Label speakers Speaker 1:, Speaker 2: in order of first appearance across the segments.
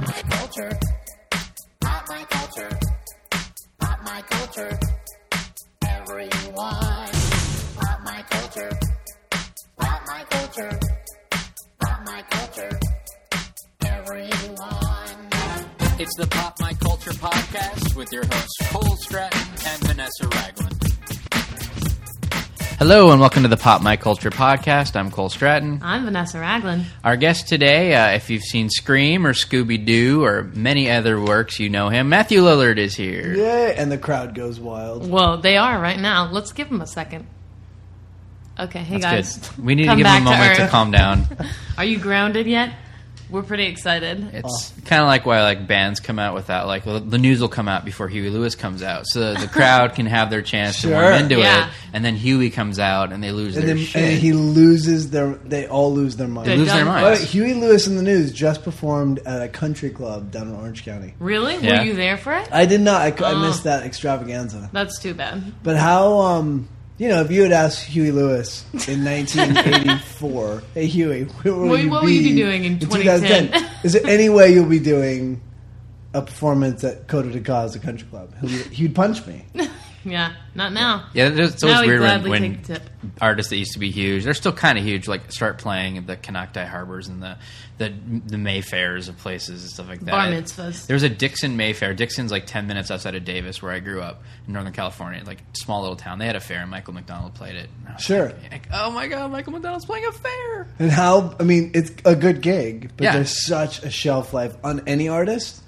Speaker 1: culture. Pop my culture. Pop my culture. Everyone. Pop my culture. Pop my culture. Pop my culture. Everyone.
Speaker 2: It's the Pop My Culture Podcast with your hosts Cole Stratton and Vanessa Ragland. Hello and welcome to the Pop My Culture Podcast. I'm Cole Stratton.
Speaker 3: I'm Vanessa Ragland.
Speaker 2: Our guest today, uh, if you've seen Scream or Scooby Doo or many other works, you know him. Matthew Lillard is here.
Speaker 4: Yay! And the crowd goes wild.
Speaker 3: Well, they are right now. Let's give them a second. Okay, hey
Speaker 2: That's
Speaker 3: guys.
Speaker 2: good. We need
Speaker 3: Come
Speaker 2: to give him a
Speaker 3: back
Speaker 2: moment to,
Speaker 3: Earth.
Speaker 2: calm down.
Speaker 3: Are you grounded yet? We're pretty excited.
Speaker 2: It's kind of like why like bands come out without like well, the news will come out before Huey Lewis comes out, so the crowd can have their chance to
Speaker 4: Sure.
Speaker 2: warm into
Speaker 3: Yeah.
Speaker 2: it, and then Huey comes out and they lose
Speaker 4: And
Speaker 2: their
Speaker 4: then
Speaker 2: shit.
Speaker 4: and he loses their. They all lose their
Speaker 2: they
Speaker 3: They're
Speaker 4: mind.
Speaker 2: lose their
Speaker 3: done.
Speaker 4: But
Speaker 2: minds.
Speaker 4: Huey Lewis in the news just performed at a country club down in Orange County.
Speaker 3: Really?
Speaker 2: Yeah.
Speaker 3: Were you there for it?
Speaker 4: I did not. I, cou- I
Speaker 3: Oh.
Speaker 4: missed that extravaganza.
Speaker 3: That's too bad.
Speaker 4: But how? Um, you know, if you had asked Huey Lewis in 1984, "Hey Huey, where will
Speaker 3: What-
Speaker 4: you
Speaker 3: what
Speaker 4: be
Speaker 3: will you be doing in 2010?
Speaker 4: Is there any way you'll be doing a performance at Coda de Cause, a country club?" He'd, he'd punch me.
Speaker 3: Yeah, not now.
Speaker 2: yeah, there's- it's
Speaker 3: now
Speaker 2: always
Speaker 3: we
Speaker 2: weird when,
Speaker 3: gladly
Speaker 2: when
Speaker 3: take the tip.
Speaker 2: artists that used to be huge, they're still kind of huge, like start playing at the Canocti Harbors and the the the Mayfairs of places and stuff like that.
Speaker 3: Bar mitzvahs.
Speaker 2: There was a Dixon Mayfair. Dixon's like ten minutes outside of Davis, where I grew up in Northern California, like small little town. They had a fair, and Michael McDonald played it. And I was
Speaker 4: Sure.
Speaker 2: like- like, oh my god, Michael McDonald's playing a fair.
Speaker 4: And how? I mean, it's a good gig, but
Speaker 2: Yeah.
Speaker 4: there's such a shelf life on any artist.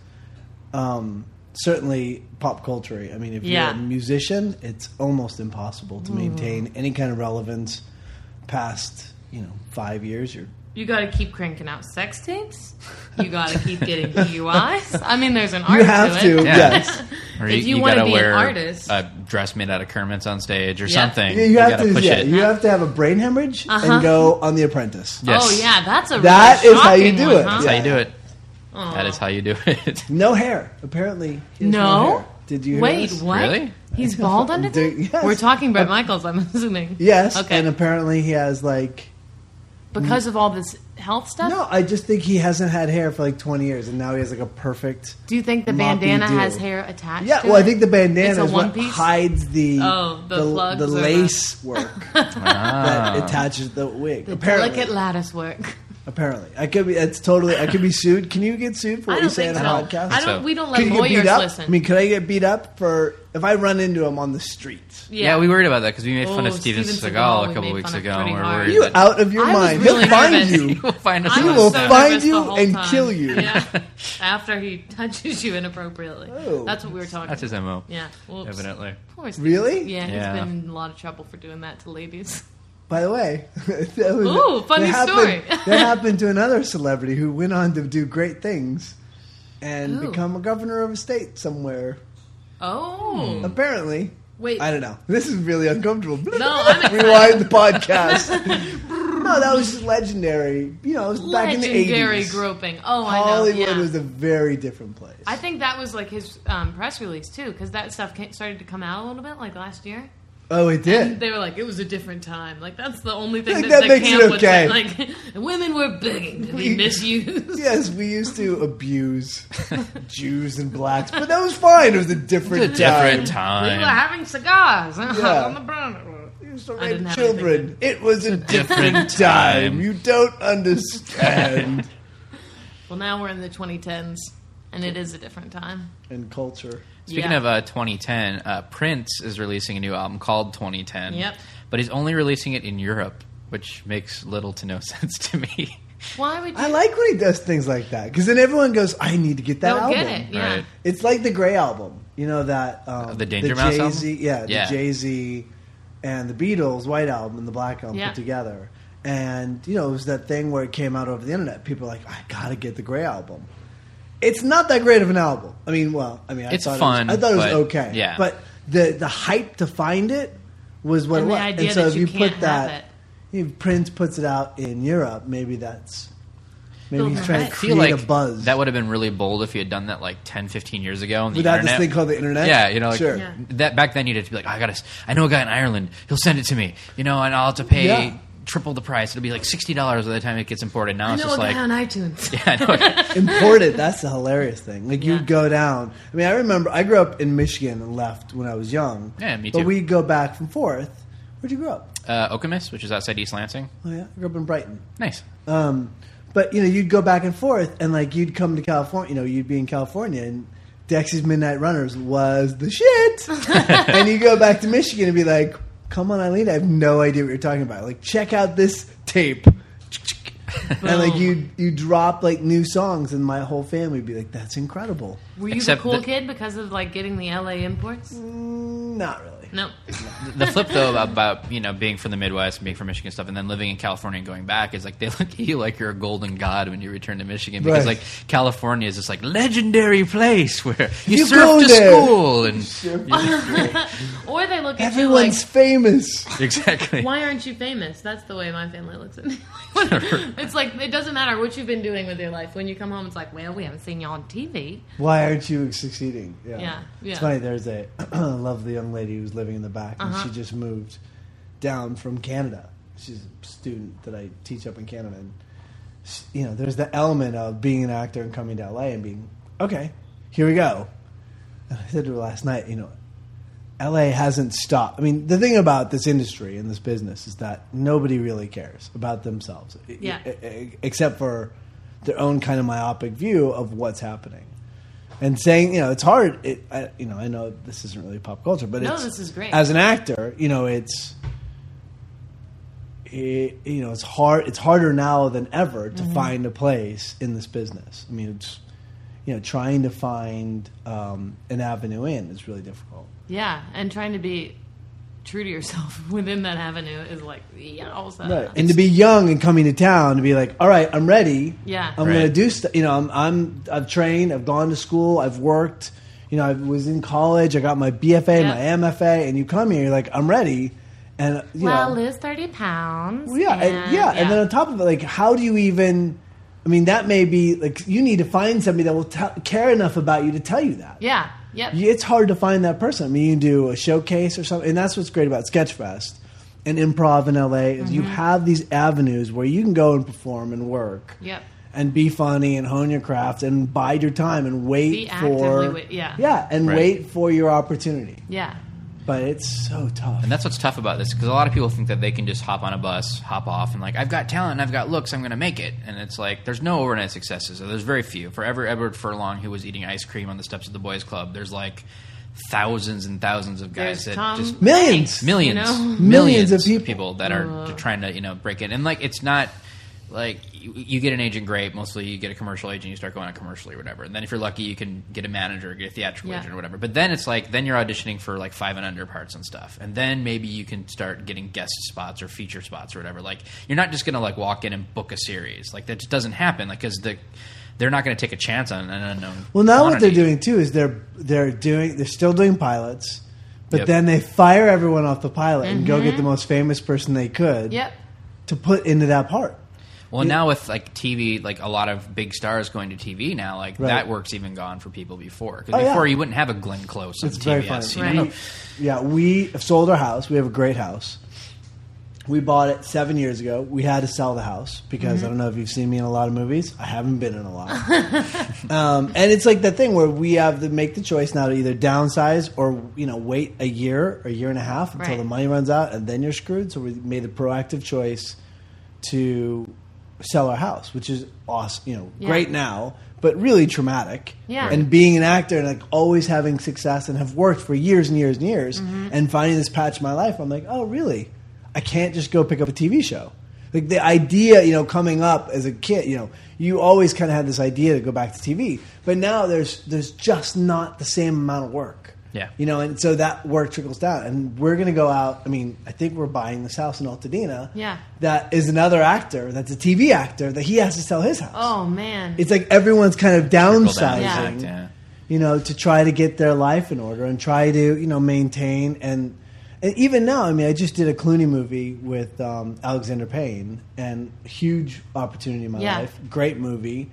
Speaker 4: Um, certainly pop culture. I mean, if
Speaker 3: Yeah. Mm-hmm.
Speaker 4: you're a musician, it's almost impossible to maintain any kind of relevance past you know five years. Or
Speaker 3: You got to keep cranking out sex tapes. You got to keep getting DUIs. I mean, there's an art
Speaker 4: you have
Speaker 3: to
Speaker 4: to,
Speaker 3: it.
Speaker 2: Yeah.
Speaker 4: yes.
Speaker 2: Or
Speaker 3: If you
Speaker 2: gotta
Speaker 3: wanna be an
Speaker 2: wear
Speaker 3: artist-
Speaker 2: a dress made out of Kermit's on stage or
Speaker 3: Yeah.
Speaker 2: something.
Speaker 4: You, you have
Speaker 2: gotta
Speaker 4: to.
Speaker 2: push
Speaker 4: Yeah,
Speaker 2: it.
Speaker 4: you have to have a brain hemorrhage
Speaker 3: Uh-huh.
Speaker 4: and go on The Apprentice.
Speaker 2: Yeah. Yes.
Speaker 3: Oh yeah, that's a
Speaker 4: That
Speaker 3: really
Speaker 4: is how you
Speaker 3: shocking
Speaker 4: do
Speaker 3: one,
Speaker 4: it.
Speaker 3: huh? Oh.
Speaker 2: That's how you do it.
Speaker 3: Aw.
Speaker 2: That is how you do it.
Speaker 4: No hair. Apparently, he has
Speaker 3: No.
Speaker 4: hair. Did you hear
Speaker 3: Wait,
Speaker 4: this?
Speaker 3: what?
Speaker 2: Really?
Speaker 3: He's bald under there?
Speaker 4: Dude, yes.
Speaker 3: We're talking Brett Michaels, I'm assuming.
Speaker 4: Yes.
Speaker 3: Okay.
Speaker 4: And apparently, he has like
Speaker 3: because of all this health stuff?
Speaker 4: No, I just think he hasn't had hair for like 20 years, and now he has like a perfect.
Speaker 3: Do you think the
Speaker 4: Moppy
Speaker 3: bandana
Speaker 4: do.
Speaker 3: has hair attached
Speaker 4: Yeah,
Speaker 3: to
Speaker 4: well, I
Speaker 3: it?
Speaker 4: think the
Speaker 3: It's
Speaker 4: bandana
Speaker 3: a
Speaker 4: is what
Speaker 3: one-piece?
Speaker 4: hides the
Speaker 3: Oh, the plugs
Speaker 4: the
Speaker 3: or the-
Speaker 4: lace work that
Speaker 2: Ah.
Speaker 4: attaches the wig.
Speaker 3: The
Speaker 4: apparently,
Speaker 3: delicate lattice work.
Speaker 4: apparently, I could be. That's totally. I could be sued. Can you get sued for
Speaker 3: I
Speaker 4: what
Speaker 3: don't
Speaker 4: you say on
Speaker 3: think
Speaker 4: a
Speaker 3: so.
Speaker 4: podcast?
Speaker 3: I
Speaker 2: So-
Speaker 3: don't, we don't let
Speaker 4: Could you get
Speaker 3: lawyers
Speaker 4: beat up?
Speaker 3: listen.
Speaker 4: I mean, could I get beat up for if I run into him on the street?
Speaker 2: Yeah, we worried about that because we made fun
Speaker 3: Oh,
Speaker 2: of Steven
Speaker 3: Steven
Speaker 2: Seagal
Speaker 3: Seagal,
Speaker 2: a
Speaker 3: we
Speaker 2: couple
Speaker 3: made
Speaker 2: weeks
Speaker 3: fun of
Speaker 2: ago.
Speaker 3: pretty
Speaker 2: and We're
Speaker 3: hard.
Speaker 4: Are
Speaker 2: worried
Speaker 4: you
Speaker 2: that
Speaker 4: out of your
Speaker 3: I was
Speaker 4: mind?
Speaker 3: really
Speaker 4: He'll find
Speaker 3: nervous.
Speaker 4: you.
Speaker 2: will find us.
Speaker 3: I
Speaker 4: He
Speaker 3: was
Speaker 4: will
Speaker 3: so
Speaker 4: find
Speaker 3: nervous
Speaker 4: you
Speaker 3: the whole
Speaker 4: and
Speaker 3: time.
Speaker 4: kill you.
Speaker 3: Yeah, after he touches you inappropriately.
Speaker 4: Oh.
Speaker 3: That's what we were talking
Speaker 2: That's his mo.
Speaker 3: Yeah. Whoops.
Speaker 2: Evidently,
Speaker 3: Poor Steven.
Speaker 4: Really?
Speaker 3: Yeah,
Speaker 2: Yeah.
Speaker 3: he's been in a lot of trouble for doing that to ladies.
Speaker 4: By the way, that was,
Speaker 3: Ooh, funny
Speaker 4: that
Speaker 3: story.
Speaker 4: Happened, that happened to another celebrity who went on to do great things and
Speaker 3: Who?
Speaker 4: become a governor of a state somewhere.
Speaker 3: Oh.
Speaker 4: Apparently,
Speaker 3: Wait.
Speaker 4: I don't know. This is really uncomfortable.
Speaker 3: No, I'm excited.
Speaker 4: Rewind the podcast. no, that was just legendary. You know, it was back in the
Speaker 3: legendary
Speaker 4: eighties.
Speaker 3: groping. Oh,
Speaker 4: Hollywood
Speaker 3: I know. Yeah.
Speaker 4: was a very different place.
Speaker 3: I think that was like his um, press release too, because that stuff ca- started to come out a little bit like last year.
Speaker 4: oh, it
Speaker 3: And
Speaker 4: did.
Speaker 3: they were like, it was a different time. Like that's the only thing
Speaker 4: Like,
Speaker 3: that,
Speaker 4: that
Speaker 3: the
Speaker 4: makes it
Speaker 3: camp would say.
Speaker 4: okay.
Speaker 3: Like women were begging to be
Speaker 4: We-
Speaker 3: misused.
Speaker 4: Yes, we used to abuse Jews and blacks, but that was fine. It was a different
Speaker 2: a different
Speaker 4: time.
Speaker 3: We were
Speaker 2: time.
Speaker 3: having cigars
Speaker 4: Yeah.
Speaker 3: on the burner.
Speaker 4: You used to
Speaker 3: I didn't
Speaker 4: rape
Speaker 3: have
Speaker 4: children. It was a
Speaker 2: different
Speaker 4: different
Speaker 2: time.
Speaker 4: time. You don't understand.
Speaker 3: Well, now we're in the 2010s, and it is a different time.
Speaker 4: and culture.
Speaker 2: Speaking
Speaker 3: Yeah.
Speaker 2: of uh, 2010, uh, Prince is releasing a new album called 2010.
Speaker 3: Yep.
Speaker 2: But he's only releasing it in Europe, which makes little to no sense to me.
Speaker 3: why would you?
Speaker 4: I like when he does things like that because then everyone goes, "I need to get that
Speaker 3: They'll
Speaker 4: album."
Speaker 3: get it. Yeah.
Speaker 2: Right.
Speaker 4: It's like the Gray album, you know that um,
Speaker 2: The Danger Mouse album?
Speaker 4: Jay-Z, Yeah,
Speaker 2: Yeah.
Speaker 4: the Jay Z and the Beatles White album and the Black album
Speaker 3: Yeah.
Speaker 4: put together, and you know it was that thing where it came out over the internet. People are like, "I gotta get the Gray album." It's not that great of an album. I mean, well, I mean, I
Speaker 2: It's
Speaker 4: thought
Speaker 2: fun,
Speaker 4: It was, I thought it was
Speaker 2: but-
Speaker 4: okay.
Speaker 2: yeah.
Speaker 4: but the the hype to find it was what
Speaker 3: And
Speaker 4: it
Speaker 3: the
Speaker 4: was.
Speaker 3: idea
Speaker 4: and so
Speaker 3: that
Speaker 4: if
Speaker 3: you
Speaker 4: you
Speaker 3: can't
Speaker 4: put
Speaker 3: have
Speaker 4: that,
Speaker 3: it.
Speaker 4: if Prince puts it out in Europe, maybe that's maybe
Speaker 3: Building
Speaker 4: he's trying
Speaker 3: hype.
Speaker 4: to
Speaker 2: I
Speaker 4: create
Speaker 2: feel like
Speaker 4: a buzz.
Speaker 2: that would have been really bold if he had done that like 10, 15 years ago on the
Speaker 4: without
Speaker 2: internet.
Speaker 4: this thing called the internet.
Speaker 2: Yeah, you know, like,
Speaker 4: sure.
Speaker 3: Yeah.
Speaker 2: "Oh, that back then you'd have to be like, I gotta, s- I know a guy in Ireland, he'll send it to me, you know, and I'll have to pay
Speaker 4: Yeah.
Speaker 2: triple the price. It'll be like sixty dollars by the time it gets imported. Now
Speaker 3: I
Speaker 2: it's
Speaker 3: know
Speaker 2: just
Speaker 3: a guy
Speaker 2: like
Speaker 3: on iTunes.
Speaker 2: I know.
Speaker 4: imported. That's the hilarious thing. Like
Speaker 3: Yeah.
Speaker 4: you'd go down. I mean, I remember I grew up in Michigan and left when I was young.
Speaker 2: Yeah, me
Speaker 4: But
Speaker 2: too.
Speaker 4: we'd go back and forth. Where'd you grow up?
Speaker 2: uh, Okemos, which is outside East Lansing.
Speaker 4: Oh yeah, I grew up in Brighton.
Speaker 2: Nice.
Speaker 4: Um, but you know, you'd go back and forth, and like you'd come to California. You know, you'd be in California, and Dexy's Midnight Runners was the shit. and you go back to Michigan and be like, "Come on, Eileen, I have no idea what you're talking about. Like, check out this tape." and like
Speaker 3: Boom.
Speaker 4: you, you drop like new songs, and my whole family would be like, "That's incredible."
Speaker 3: Were you the
Speaker 2: Except
Speaker 3: cool
Speaker 2: that-
Speaker 3: kid because of like getting the LA imports?
Speaker 4: Mm, not really.
Speaker 3: No.
Speaker 2: The flip though about, about you know being from the Midwest and being from Michigan and stuff, and then living in California and going back is like they look at you like you're a golden god when you return to Michigan because
Speaker 4: Right.
Speaker 2: like California is this like legendary place where you,
Speaker 4: You go
Speaker 2: surf to
Speaker 4: there.
Speaker 2: school and
Speaker 3: Or they look at
Speaker 4: Everyone's
Speaker 3: you
Speaker 4: famous.
Speaker 2: exactly.
Speaker 3: like, why aren't you famous? That's the way my family looks at me. it's like it doesn't matter what you've been doing with your life. When you come home, it's like, well, we haven't seen you on TV.
Speaker 4: Why aren't you succeeding?
Speaker 3: Yeah, yeah.
Speaker 4: It's funny. There's a lovely young lady who's living in the back, and
Speaker 3: Uh-huh.
Speaker 4: she just moved down from Canada. She's a student that I teach up in Canada, and s- you know, there's the element of being an actor and coming to LA and being okay. Here we go. And I said to her last night, you know, LA hasn't stopped. I mean, the thing about this industry and this business is that nobody really cares about themselves, e-
Speaker 3: Yeah.
Speaker 4: e- e- except for their own kind of myopic view of what's happening. And saying, you know, it's hard. It, I, you know, I know this isn't really pop culture, but
Speaker 3: No,
Speaker 4: it's,
Speaker 3: this is great.
Speaker 4: As an actor, you know, it's it, you know, it's hard. It's harder now than ever to
Speaker 3: Mm-hmm.
Speaker 4: find a place in this business. I mean, it's you know, trying to find um, an avenue in is really difficult.
Speaker 3: Yeah, and trying to be true to yourself within that avenue is like, yeah, also.
Speaker 4: And to be young and coming to town to be like, all right, I'm ready.
Speaker 3: Yeah.
Speaker 4: I'm
Speaker 2: Right.
Speaker 4: gonna do stuff. You know, I'm I'm I've trained. I've gone to school. I've worked. You know, I was in college. I got my BFA,
Speaker 3: Yeah.
Speaker 4: my MFA, and you come here, you're like, I'm ready. And you
Speaker 3: well,
Speaker 4: know,
Speaker 3: lose thirty pounds.
Speaker 4: Well, yeah, and, yeah, and then on top of it, like, how do you even? I mean, that may be like you need to find somebody that will t- care enough about you to tell you that.
Speaker 3: yeah, yep.
Speaker 4: Yeah, It's hard to find that person. I mean, you can do a showcase or something, and that's what's great about Sketchfest and improv in LA is you
Speaker 3: Mm-hmm.
Speaker 4: have these avenues where you can go and perform and work
Speaker 3: Yep.
Speaker 4: and be funny and hone your craft and bide your time and wait
Speaker 3: Be actively
Speaker 4: for
Speaker 3: wait- yeah.
Speaker 4: yeah and
Speaker 2: Right.
Speaker 4: wait for your opportunity.
Speaker 3: Yeah.
Speaker 4: But it's so tough.
Speaker 2: And that's what's tough about this because a lot of people think that they can just hop on a bus, hop off, and like I've got talent, and I've got looks, I'm going to make it. And it's like there's no overnight successes. So there's very few. Forever Edward Furlong, who was eating ice cream on the steps of the boys' club, there's like thousands and thousands of guys
Speaker 3: There's
Speaker 2: that
Speaker 3: Tom
Speaker 2: just
Speaker 4: Millions.
Speaker 3: Hanks,
Speaker 2: millions,
Speaker 3: You know?
Speaker 4: Millions of people.
Speaker 2: that are trying to you know break in. And like it's not like you, you get an agent great. Mostly you get a commercial agent. You start going on commercially or whatever. And then if you're lucky, you can get a manager, get a theatrical
Speaker 3: Yeah.
Speaker 2: agent or whatever. But then it's like then you're auditioning for like five and under parts and stuff. And then maybe you can start getting guest spots or feature spots or whatever. Like you're not just gonna like walk in and book a series. Like that just doesn't happen. Like because the they're not going to take a chance on an unknown.
Speaker 4: Well, now what they're
Speaker 2: quantity.
Speaker 4: doing too is they're they're doing they're still doing pilots, but
Speaker 2: Yep.
Speaker 4: then they fire everyone off the pilot and go get the most famous person they
Speaker 3: Mm-hmm.
Speaker 4: could
Speaker 3: Yep.
Speaker 4: to put into that part.
Speaker 2: Well, now with like TV, like a lot of big stars going to TV now, like
Speaker 4: Right.
Speaker 2: that work's even gone for people before. 'Cause
Speaker 4: Oh, yeah.
Speaker 2: before you wouldn't have a Glenn Close on
Speaker 4: It's very
Speaker 2: TBS.
Speaker 4: funny.
Speaker 2: you know?
Speaker 3: Right.
Speaker 4: We, yeah, we have sold our house. We have a great house. We bought it seven years ago. We had to sell the house because
Speaker 3: Mm-hmm.
Speaker 4: I don't know if you've seen me in a lot of movies. I haven't been in a lot. um, and it's like that thing where we have to make the choice now to either downsize or you know wait a year or a year and a half until
Speaker 3: Right.
Speaker 4: the money runs out and then you're screwed. So we made the proactive choice to sell our house, which is awesome. You know,
Speaker 3: Yeah.
Speaker 4: great now, but really traumatic
Speaker 3: Yeah.
Speaker 4: and being an actor and like always having success and have worked for years and years and years
Speaker 2: Mm-hmm.
Speaker 4: and finding this patch in my life i'm like oh really i can't just go pick up a tv show like the idea you know coming up as a kid you know you always kind of had this idea to go back to tv but now there's there's just not the same amount of work
Speaker 2: Yeah.
Speaker 4: you know and so that work trickles down and we're going to go out i mean i think we're buying this house in altadena
Speaker 3: Yeah.
Speaker 4: that is another actor that's a tv actor that he has to sell his house
Speaker 3: Oh man.
Speaker 4: it's like everyone's kind of
Speaker 2: Trickle down
Speaker 4: downsizing
Speaker 2: effect, yeah.
Speaker 4: you know, to try to get their life in order and try to, you know, maintain and and even now, I mean, I just did a Clooney movie with um, Alexander Payne, and huge opportunity in my
Speaker 3: Yeah.
Speaker 4: life. Great movie,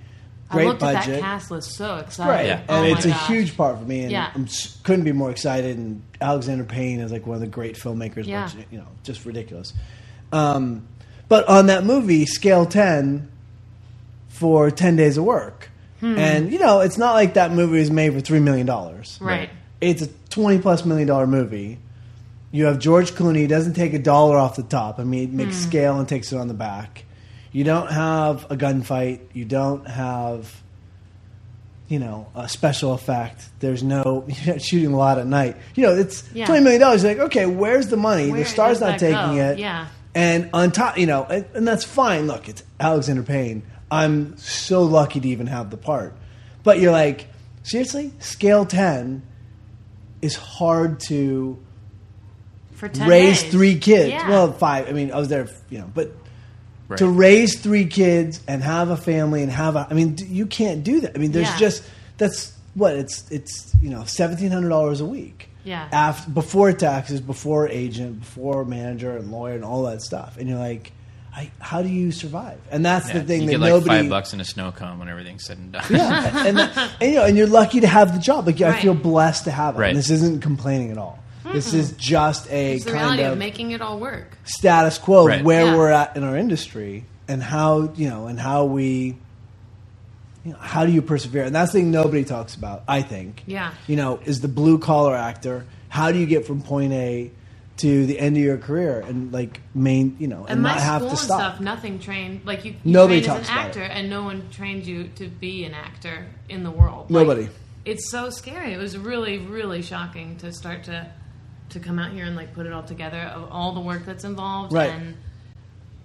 Speaker 3: I
Speaker 4: great
Speaker 3: looked at that
Speaker 4: budget,
Speaker 3: cast list so excited.
Speaker 4: right?
Speaker 2: Yeah.
Speaker 3: Oh
Speaker 4: And
Speaker 3: my
Speaker 4: it's a
Speaker 3: gosh.
Speaker 4: huge part for me, and
Speaker 3: Yeah.
Speaker 4: I'm s- couldn't be more excited. And Alexander Payne is like one of the great filmmakers,
Speaker 3: Yeah.
Speaker 4: which, you know, just ridiculous. Um, But on that movie, scale 10 for 10 days of work.
Speaker 3: Hmm.
Speaker 4: And, you know, it's not like that movie is made for $3 million.
Speaker 3: Right.
Speaker 4: It's a 20 plus million dollar movie. You have George Clooney, he doesn't take a dollar off the top. I mean, it makes scale and takes it on the back. You don't have a gunfight. You don't have, you know, a special effect. There's no you're not shooting a lot at night. You know, it's
Speaker 3: Yeah.
Speaker 4: $20 million. You're like, okay, where's the money?
Speaker 3: Where
Speaker 4: the
Speaker 3: does
Speaker 4: star's not
Speaker 3: that
Speaker 4: taking
Speaker 3: go?
Speaker 4: it.
Speaker 3: Yeah.
Speaker 4: And on top, you know, and, and that's fine. Look, it's Alexander Payne. I'm so lucky to even have the part. But you're like, seriously? Scale 10 is hard to
Speaker 3: For 10
Speaker 4: raise
Speaker 3: days.
Speaker 4: three kids.
Speaker 3: Yeah.
Speaker 4: Well, five. I mean, I was there, you know, but
Speaker 2: Right.
Speaker 4: to raise three kids and have a family and have a, I mean, d- you can't do that. I mean, there's
Speaker 3: Yeah.
Speaker 4: just, that's what it's, it's, you know, $1,700 a week.
Speaker 3: Yeah.
Speaker 4: After, before taxes, before agent, before manager and lawyer and all that stuff. And you're like, I, how do you survive? And that's
Speaker 2: Yeah,
Speaker 4: the thing
Speaker 2: you
Speaker 4: that
Speaker 2: get like
Speaker 4: nobody.
Speaker 2: five bucks in a snow cone when everything's said and done.
Speaker 4: Yeah, and, that- and, you know, and you're lucky to have the job. Like I
Speaker 3: Right.
Speaker 4: feel blessed to have it.
Speaker 2: Right.
Speaker 4: And this isn't complaining at all. This is just a
Speaker 3: It's the
Speaker 4: kind
Speaker 3: reality of,
Speaker 4: of
Speaker 3: making it all work.
Speaker 4: status quo
Speaker 2: Right.
Speaker 4: where
Speaker 3: Yeah.
Speaker 4: we're at in our industry and how you know and how we you know, how do you persevere and that's the thing nobody talks about i think
Speaker 3: Yeah.
Speaker 4: you know is the blue collar actor how do you get from point a to the end of your career and like main you know and,
Speaker 3: And my
Speaker 4: not have
Speaker 3: school
Speaker 4: to
Speaker 3: and
Speaker 4: stop
Speaker 3: stuff, nothing trained. Like you, you
Speaker 4: Nobody
Speaker 3: trained
Speaker 4: talks
Speaker 3: as an
Speaker 4: about
Speaker 3: actor,
Speaker 4: it.
Speaker 3: and no one trained you to be an actor in the world. Like,
Speaker 4: Nobody.
Speaker 3: it's so scary. It was really, really shocking to start to to come out here and like put it all together of all the work that's involved
Speaker 4: Right.
Speaker 3: and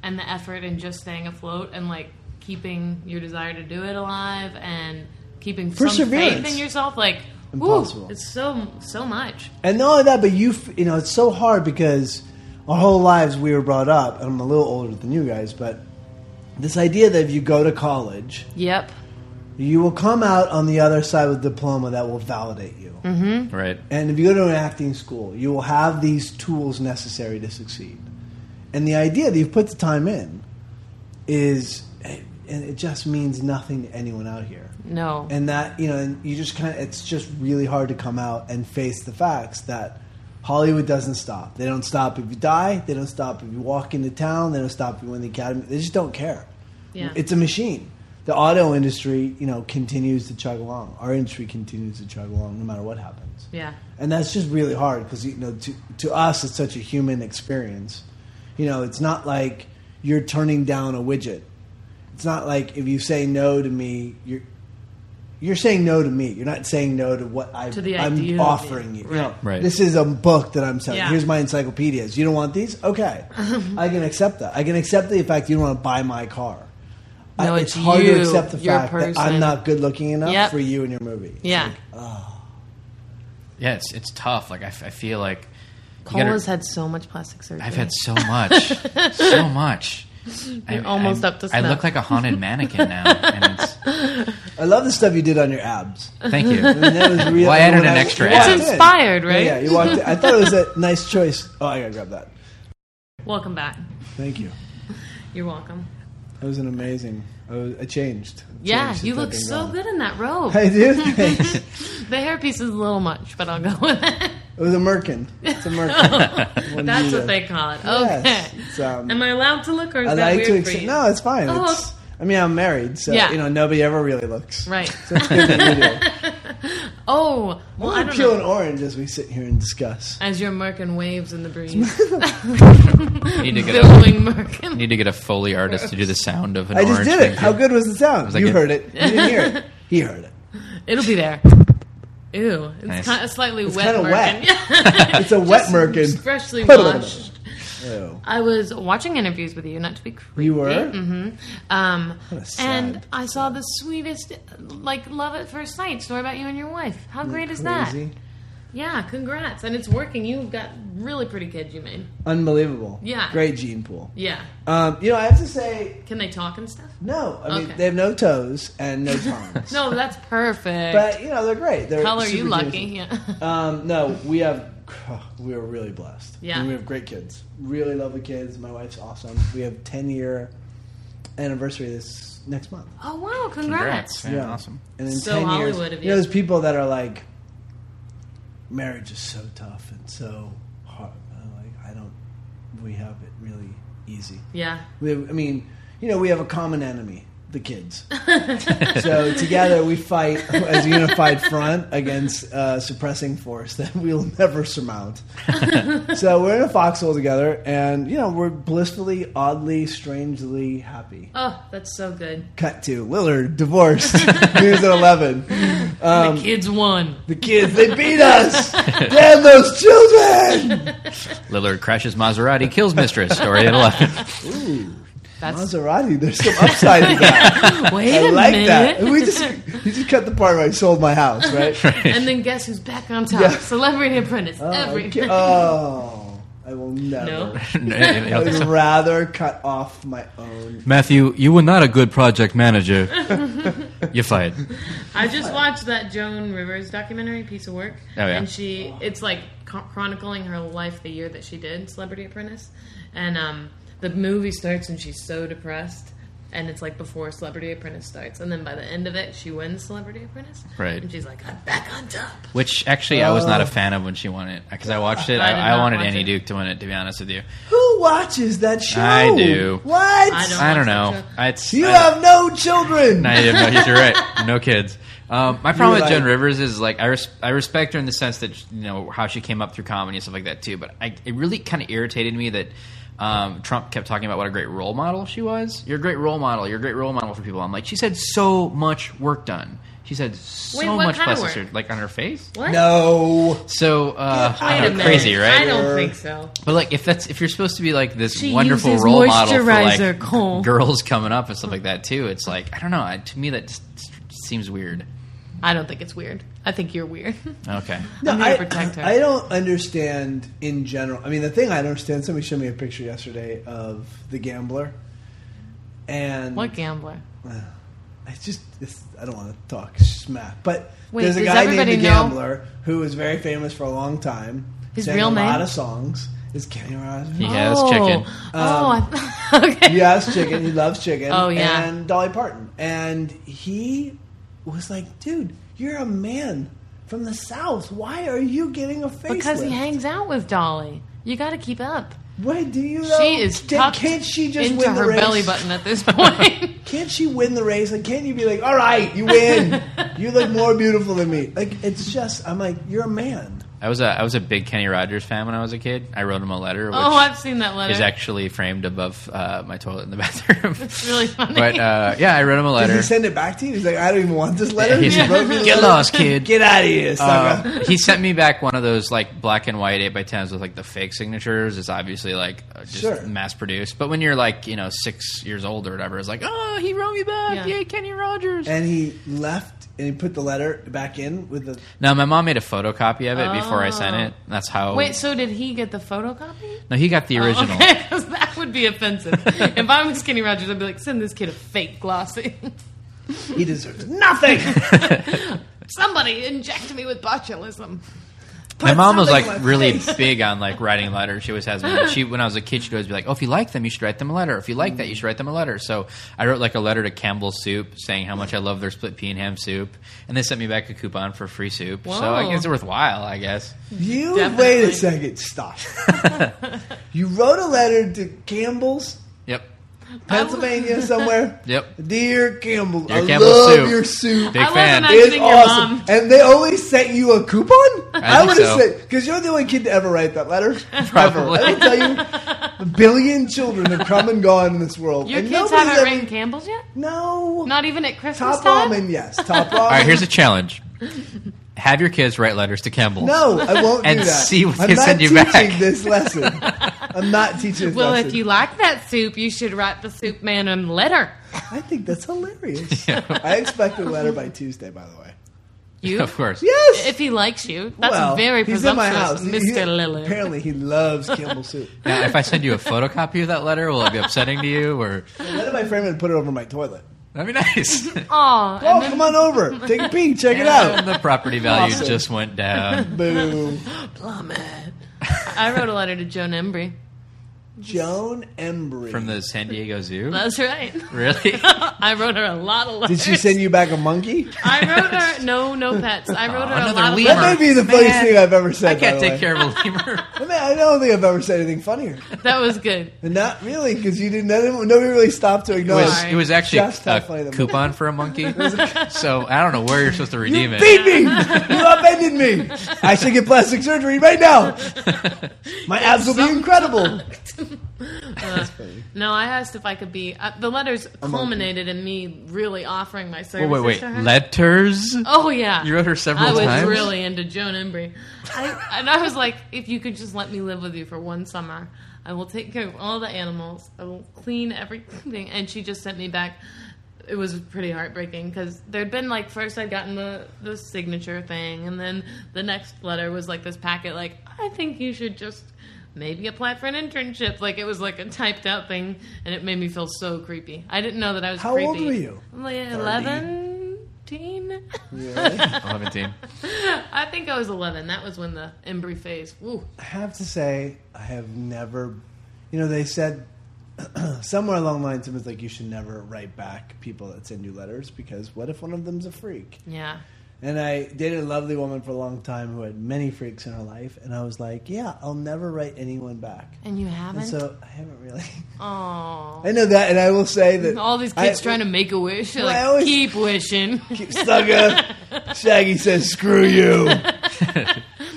Speaker 3: and the effort and just staying afloat and like keeping your desire to do it alive and keeping some faith
Speaker 4: Perseverance.
Speaker 3: in yourself. Like, ooh,
Speaker 4: Impossible.
Speaker 3: it's so so much.
Speaker 4: And not only that, but you, f- you know, it's so hard because our whole lives we were brought up, and I'm a little older than you guys, but this idea that if you go to college,
Speaker 3: Yep.
Speaker 4: you will come out on the other side with a diploma that will validate
Speaker 3: Mm-hmm.
Speaker 4: you.
Speaker 2: Right.
Speaker 4: And if you go to an acting school, you will have these tools necessary to succeed. And the idea that you've put the time in is, and it just means nothing to anyone out here
Speaker 3: No.
Speaker 4: and that you know and you just kind of it's just really hard to come out and face the facts that hollywood doesn't stop they don't stop if you die they don't stop if you walk into town they don't stop if you win the academy they just don't care
Speaker 3: Yeah.
Speaker 4: it's a machine the auto industry you know continues to chug along our industry continues to chug along no matter what happens
Speaker 3: yeah.
Speaker 4: and that's just really hard because you know to, to us it's such a human experience you know it's not like you're turning down a widget it's not like if you say no to me you're you're saying no to me. You're not saying no to what I,
Speaker 3: To the idea of
Speaker 4: I'm offering
Speaker 3: it.
Speaker 4: you. you know,
Speaker 2: Right. Right.
Speaker 4: This is a book that I'm selling.
Speaker 3: Yeah.
Speaker 4: Here's my encyclopedias. You don't want these? Okay. I can accept that. I can accept the fact you don't want to buy my car.
Speaker 3: No,
Speaker 4: I,
Speaker 3: it's
Speaker 4: hard
Speaker 3: you,
Speaker 4: to accept the
Speaker 3: your
Speaker 4: fact that I'm
Speaker 3: person.
Speaker 4: not good looking enough
Speaker 3: Yep.
Speaker 4: for you and your movie. It's
Speaker 3: Yeah.
Speaker 4: like,
Speaker 2: Yeah, it's it's tough. Like I, f- I feel like you
Speaker 3: Cole
Speaker 2: gotta-
Speaker 3: has had so much plastic surgery.
Speaker 2: I've had so much, so much. I'm
Speaker 3: almost up to
Speaker 2: I
Speaker 3: snuff.
Speaker 2: look like a haunted mannequin now. And it's,
Speaker 4: I love the stuff you did on your abs.
Speaker 2: thank you.
Speaker 4: I mean, that was really,
Speaker 2: Well, I added
Speaker 4: when
Speaker 2: an
Speaker 4: I-
Speaker 2: extra
Speaker 4: you walked
Speaker 2: ad.
Speaker 3: It's inspired, right?
Speaker 4: Yeah, yeah, you walked in. I thought it was a nice choice. Oh, I gotta grab that.
Speaker 3: Welcome back.
Speaker 4: Thank you.
Speaker 3: You're welcome.
Speaker 4: That was an amazing. I, was, I changed. I
Speaker 3: Yeah,
Speaker 4: changed
Speaker 3: you
Speaker 4: since I've
Speaker 3: look
Speaker 4: been
Speaker 3: so
Speaker 4: gone.
Speaker 3: good in that robe.
Speaker 4: I do. Thanks.
Speaker 3: The hairpiece is a little much, but I'll go with it.
Speaker 4: It was a merkin. It's a merkin.
Speaker 3: That's what they call it. Okay.
Speaker 4: Yes, it's, um,
Speaker 3: Am I allowed to look, or is
Speaker 4: I
Speaker 3: that
Speaker 4: like
Speaker 3: weird
Speaker 4: to
Speaker 3: for
Speaker 4: accept.
Speaker 3: you?
Speaker 4: No, it's fine.
Speaker 3: Oh,
Speaker 4: It's, I mean, I'm married, so
Speaker 3: Yeah.
Speaker 4: you know nobody ever really looks.
Speaker 3: Right.
Speaker 4: So it's good that you do.
Speaker 3: Oh, well, I
Speaker 4: I'm
Speaker 3: don't
Speaker 4: peel an
Speaker 3: know.
Speaker 4: orange as we sit here and discuss.
Speaker 3: As your merkin waves in the breeze,
Speaker 2: Need to get a,
Speaker 3: billowing merkin.
Speaker 2: need to get a foley artist to do the sound of an
Speaker 4: I just
Speaker 2: orange.
Speaker 4: did it.
Speaker 2: being
Speaker 4: How good was the sound?
Speaker 2: like
Speaker 4: you
Speaker 2: a-
Speaker 4: heard it. You didn't hear it. He heard it.
Speaker 3: It'll be there. Ew, it's
Speaker 2: Nice.
Speaker 3: kind of slightly wet
Speaker 4: kinda wet.
Speaker 3: merkin.
Speaker 4: It's a wet merkin.
Speaker 3: freshly
Speaker 4: Put a little
Speaker 3: washed.
Speaker 4: bit of it. Ew.
Speaker 3: I was watching interviews with you, not to be creepy.
Speaker 4: You were?
Speaker 3: hmm Um,
Speaker 4: What a sad
Speaker 3: and I saw the sweetest, like love at first sight story about you and your wife. How great is that?
Speaker 4: Crazy.
Speaker 3: Yeah, congrats, and it's working. You've got really pretty kids. You made.
Speaker 4: Unbelievable.
Speaker 3: Yeah.
Speaker 4: Great gene pool.
Speaker 3: Yeah.
Speaker 4: Um, you know, I have to say,
Speaker 3: Can they talk and stuff?
Speaker 4: no. I mean,
Speaker 3: Okay.
Speaker 4: they have no toes and no tongues.
Speaker 3: No, that's perfect.
Speaker 4: But you know, they're great. They're
Speaker 3: Hell, are you
Speaker 4: super
Speaker 3: lucky?
Speaker 4: geniuses.
Speaker 3: Yeah.
Speaker 4: Um, no, we have oh, we are really blessed.
Speaker 3: Yeah.
Speaker 4: and we have great kids. Really lovely kids. My wife's awesome. We have ten year anniversary this next month.
Speaker 3: oh wow,
Speaker 2: Congrats.
Speaker 3: congrats.
Speaker 2: Yeah, awesome.
Speaker 4: And in
Speaker 3: So
Speaker 4: 10 years,
Speaker 3: Hollywood of
Speaker 4: know,
Speaker 3: you.
Speaker 4: there's people that are like, marriage is so tough and so hard. I'm like I don't, we have it really easy.
Speaker 3: Yeah.
Speaker 4: We, I mean, you know, we have a common enemy, the kids. so together we fight as a unified front against a suppressing force that we'll never surmount. so we're in a foxhole together, and, you know, we're blissfully, oddly, strangely happy.
Speaker 3: Oh, that's so good.
Speaker 4: Cut to Willard, divorced, news at 11. Um,
Speaker 3: the kids won.
Speaker 4: The kids, they beat us! Damn those children!
Speaker 2: Lillard crashes Maserati, kills mistress. Story at eleven.
Speaker 3: That's
Speaker 4: Maserati, there's some upside to that.
Speaker 3: wait
Speaker 4: I
Speaker 3: a
Speaker 4: like
Speaker 3: minute.
Speaker 4: that. We just, you just cut the part where I sold my house, right?
Speaker 3: and then guess who's back on top?
Speaker 4: Yeah.
Speaker 3: Celebrity Apprentice.
Speaker 4: Oh,
Speaker 3: Every.
Speaker 4: okay. Oh, I will never.
Speaker 3: No.
Speaker 4: I would rather cut off my own.
Speaker 2: Matthew, you were not a good project manager. you fired.
Speaker 3: I just watched that Joan Rivers documentary, Piece of Work.
Speaker 2: Oh, yeah.
Speaker 3: And she, it's like co- chronicling her life the year that she did Celebrity Apprentice. And um, the movie starts and she's so depressed. And it's like before Celebrity Apprentice starts. And then by the end of it, she wins Celebrity Apprentice.
Speaker 2: Right.
Speaker 3: And she's like, I'm back on top.
Speaker 2: Which actually, I was not a fan of when she won it because I watched it.
Speaker 3: Uh, I did
Speaker 2: I, I,
Speaker 3: not
Speaker 2: wanted
Speaker 3: watch
Speaker 2: Annie
Speaker 3: it.
Speaker 2: Duke to win it. To be honest with you,
Speaker 4: Who watches that show?
Speaker 2: I do.
Speaker 4: What?
Speaker 3: I don't
Speaker 2: I don't
Speaker 3: watch
Speaker 2: know.
Speaker 3: that show.
Speaker 2: I, it's,
Speaker 4: You
Speaker 2: I-
Speaker 4: have no children.
Speaker 2: No, you no, you're right. No kids. Um, my problem
Speaker 4: You're
Speaker 2: with Joan
Speaker 4: right.
Speaker 2: Rivers is like I, res- I respect her in the sense that you know how she came up through comedy and stuff like that too. But I, it really kind of irritated me that um, Trump kept talking about what a great role model she was. You're a great role model. You're a great role model for people. I'm like, she's had so much work done. She's had so
Speaker 3: Wait, what
Speaker 2: much
Speaker 3: kind of
Speaker 2: plastic
Speaker 3: work?
Speaker 2: surgery, like on her face.
Speaker 3: What?
Speaker 4: No.
Speaker 2: So uh,
Speaker 4: Get
Speaker 2: I don't
Speaker 3: Wait a
Speaker 2: know,
Speaker 3: minute.
Speaker 2: crazy, right?
Speaker 3: I don't think so.
Speaker 2: But like, if that's if you're supposed to be like this
Speaker 3: She
Speaker 2: wonderful
Speaker 3: uses
Speaker 2: role model for
Speaker 3: moisturizer,
Speaker 2: like
Speaker 3: Cole.
Speaker 2: girls coming up and stuff like that too, it's like I don't know. I, to me, that just seems weird.
Speaker 3: I don't think it's weird. I think you're weird.
Speaker 2: Okay,
Speaker 4: No,
Speaker 3: I'm here
Speaker 4: I,
Speaker 3: to protect her.
Speaker 4: I don't understand in general. I mean, the thing I don't understand. Somebody showed me a picture yesterday of the gambler, and
Speaker 3: what gambler?
Speaker 4: It's just it's, I don't want to talk smack, but
Speaker 3: Wait,
Speaker 4: there's a
Speaker 3: does
Speaker 4: guy named
Speaker 3: everybody
Speaker 4: the
Speaker 3: know-
Speaker 4: Gambler who was very famous for a long time.
Speaker 3: His
Speaker 4: sang
Speaker 3: real
Speaker 4: a lot
Speaker 3: name?
Speaker 4: of songs is Kenny Rogers.
Speaker 2: he has chicken.
Speaker 3: Oh, I th- okay.
Speaker 4: Um, yes, chicken. He loves chicken.
Speaker 3: Oh, yeah.
Speaker 4: and Dolly Parton. And he was like, "Dude, you're a man from the South. Why are you getting a facelift?
Speaker 3: Because he hangs out with Dolly. You got to keep up.
Speaker 4: Why do you? Know?
Speaker 3: She is
Speaker 4: Did-
Speaker 3: tucked
Speaker 4: Can't she just
Speaker 3: into
Speaker 4: win the
Speaker 3: her
Speaker 4: race?
Speaker 3: belly button at this point.
Speaker 4: Can't she win the race? Like, can't you be like, all right, you win. you look more beautiful than me. Like, it's just, I'm like, you're a man.
Speaker 2: I was a I was a big Kenny Rogers fan when I was a kid. I wrote him a letter, which
Speaker 3: oh, I've seen that letter.
Speaker 2: is actually framed above uh, my toilet in the bathroom.
Speaker 3: It's really funny.
Speaker 2: But uh, yeah, I wrote him a
Speaker 4: Did
Speaker 2: letter.
Speaker 4: he send it back to you? He's like, I don't even want this letter.
Speaker 2: He's
Speaker 4: You
Speaker 2: like,
Speaker 4: wrote me the
Speaker 2: Get
Speaker 4: letter?
Speaker 2: lost, kid.
Speaker 4: Get out of here, sucker.
Speaker 2: Um, he sent me back one of those like black and white eight by tens with like the fake signatures. It's obviously like uh, just
Speaker 4: Sure.
Speaker 2: mass produced. But when you're like you know six years old or whatever, it's like oh he wrote me back,
Speaker 3: Yeah.
Speaker 2: yay Kenny Rogers.
Speaker 4: and he left and he put the letter back in with the.
Speaker 2: no, my mom made a photocopy of it before I sent
Speaker 3: Oh.
Speaker 2: it. That's how.
Speaker 3: Wait, so did he get the photocopy?
Speaker 2: no, he got the original.
Speaker 3: Okay, 'cause that would be offensive. if I'm Skinny Rogers, I'd be like, send this kid a fake glossy.
Speaker 4: He deserves nothing.
Speaker 3: Somebody inject me with botulism.
Speaker 2: My
Speaker 4: Put
Speaker 2: mom was
Speaker 4: something
Speaker 2: like
Speaker 4: in my
Speaker 2: really
Speaker 4: face.
Speaker 2: big on like writing letters. She always has me. She when I was a kid, she'd always be like, "Oh, if you like them, you should write them a letter. If you like that, you should write them a letter." So I wrote like a letter to Campbell's Soup saying how much I love their split pea and ham soup, and they sent me back a coupon for free soup. So I
Speaker 3: Whoa.
Speaker 2: guess it's worthwhile, I guess.
Speaker 4: You
Speaker 3: Definitely.
Speaker 4: wait a second. Stop. you wrote a letter to Campbell's,
Speaker 2: Yep,
Speaker 4: Pennsylvania, somewhere.
Speaker 2: yep.
Speaker 4: Dear Campbell,
Speaker 2: Dear
Speaker 4: I
Speaker 2: Campbell's
Speaker 4: love
Speaker 2: soup.
Speaker 4: your soup.
Speaker 2: Big
Speaker 3: I
Speaker 2: fan.
Speaker 3: wasn't
Speaker 4: It's
Speaker 3: Thank your
Speaker 4: awesome.
Speaker 3: mom.
Speaker 4: And they only sent you a coupon?
Speaker 2: I think
Speaker 4: would've
Speaker 2: so.
Speaker 4: said, because you're the only kid to ever write that letter.
Speaker 2: Probably.
Speaker 4: Ever. I will tell you, a billion children have come and gone in this world.
Speaker 3: Your
Speaker 4: and
Speaker 3: kids
Speaker 4: nobody's
Speaker 3: haven't
Speaker 4: ever-
Speaker 3: ran Campbell's yet?
Speaker 4: No.
Speaker 3: Not even at Christmas
Speaker 4: Top
Speaker 3: time?
Speaker 4: ramen, yes. Top ramen.
Speaker 2: All right, here's a challenge: have your kids write letters to Campbell's.
Speaker 4: no, I won't
Speaker 2: And
Speaker 4: do that.
Speaker 2: see what
Speaker 4: I'm
Speaker 2: they
Speaker 4: not
Speaker 2: send you
Speaker 4: teaching
Speaker 2: back.
Speaker 4: this lesson. I'm not teaching this
Speaker 3: Well,
Speaker 4: lesson.
Speaker 3: if you like that soup, you should write the soup man a letter.
Speaker 4: I think that's hilarious. I expect a letter by Tuesday, by the way.
Speaker 3: You,
Speaker 2: of course.
Speaker 4: Yes.
Speaker 3: if he likes you, that's
Speaker 4: well,
Speaker 3: very
Speaker 4: he's in my house.
Speaker 3: presumptuous,
Speaker 4: He-
Speaker 3: Mister
Speaker 4: he-
Speaker 3: Lillard.
Speaker 4: Apparently, he loves Campbell's soup.
Speaker 2: Now, if I send you a photocopy of that letter, will it be upsetting to you? Or
Speaker 4: Let my friend would put it over my toilet.
Speaker 2: that'd be nice.
Speaker 3: Aw,
Speaker 4: Oh, come on over. Take a peek. Check it out.
Speaker 2: the property value
Speaker 4: Awesome.
Speaker 2: just went down.
Speaker 4: Boo.
Speaker 3: plummet. I wrote a letter to Joan Embry.
Speaker 4: Joan Embry.
Speaker 2: from the San Diego Zoo.
Speaker 3: That's right.
Speaker 2: Really?
Speaker 3: I wrote her a lot of letters.
Speaker 4: Did she send you back a monkey?
Speaker 3: I wrote her no, no pets. I wrote her a
Speaker 2: another
Speaker 3: lot of
Speaker 2: lemur.
Speaker 3: letters.
Speaker 4: That may be the funniest
Speaker 2: Man,
Speaker 4: thing I've ever said.
Speaker 2: I can't
Speaker 4: by the
Speaker 2: take
Speaker 4: way.
Speaker 2: care of a lemur.
Speaker 4: I, mean, I don't think I've ever said anything funnier.
Speaker 3: That was good.
Speaker 4: And not really, because you didn't. Nobody really stopped to
Speaker 2: It
Speaker 4: acknowledge.
Speaker 2: was, it was actually
Speaker 4: Just how
Speaker 2: a
Speaker 4: funny the-
Speaker 2: coupon for a monkey. so I don't know where you're supposed to
Speaker 4: you
Speaker 2: redeem it.
Speaker 4: beat me. You upended me. I should get plastic surgery right now. My abs will be incredible.
Speaker 3: Uh, No, I asked if I could be. Uh, the letters culminated in me really offering my
Speaker 2: Wait,
Speaker 3: services
Speaker 2: wait, wait.
Speaker 3: to her.
Speaker 2: Letters?
Speaker 3: oh yeah,
Speaker 2: You wrote her several
Speaker 3: I was
Speaker 2: times?
Speaker 3: really into Joan Embry, I, and I was like, if you could just let me live with you for one summer, I will take care of all the animals. I will clean everything. And she just sent me back. It was pretty heartbreaking because there'd been like first I'd gotten the the signature thing, and then the next letter was like this packet like I think you should just maybe apply for an internship. Like it was like a typed out thing, and it made me feel so creepy. I didn't know that I was.
Speaker 4: How
Speaker 3: creepy.
Speaker 4: old were you?
Speaker 3: I'm like eleven. teen?
Speaker 4: Really?
Speaker 2: 11 team.
Speaker 3: I think I was 11. That was when the Embry phase. Woo.
Speaker 4: I have to say, I have never. You know, they said somewhere along the line, someone's like, you should never write back people that send you letters because what if one of them's a freak?
Speaker 3: Yeah.
Speaker 4: And I dated a lovely woman for a long time who had many freaks in her life, and I was like, yeah, I'll never write anyone back.
Speaker 3: And you
Speaker 4: And
Speaker 3: haven't?
Speaker 4: so I haven't really.
Speaker 3: Oh.
Speaker 4: I know that, and I will say that
Speaker 3: All these kids
Speaker 4: I-
Speaker 3: trying to make a wish. They're
Speaker 4: Well, I
Speaker 3: like,
Speaker 4: always-
Speaker 3: keep wishing.
Speaker 4: sucker. Shaggy says, "Screw you."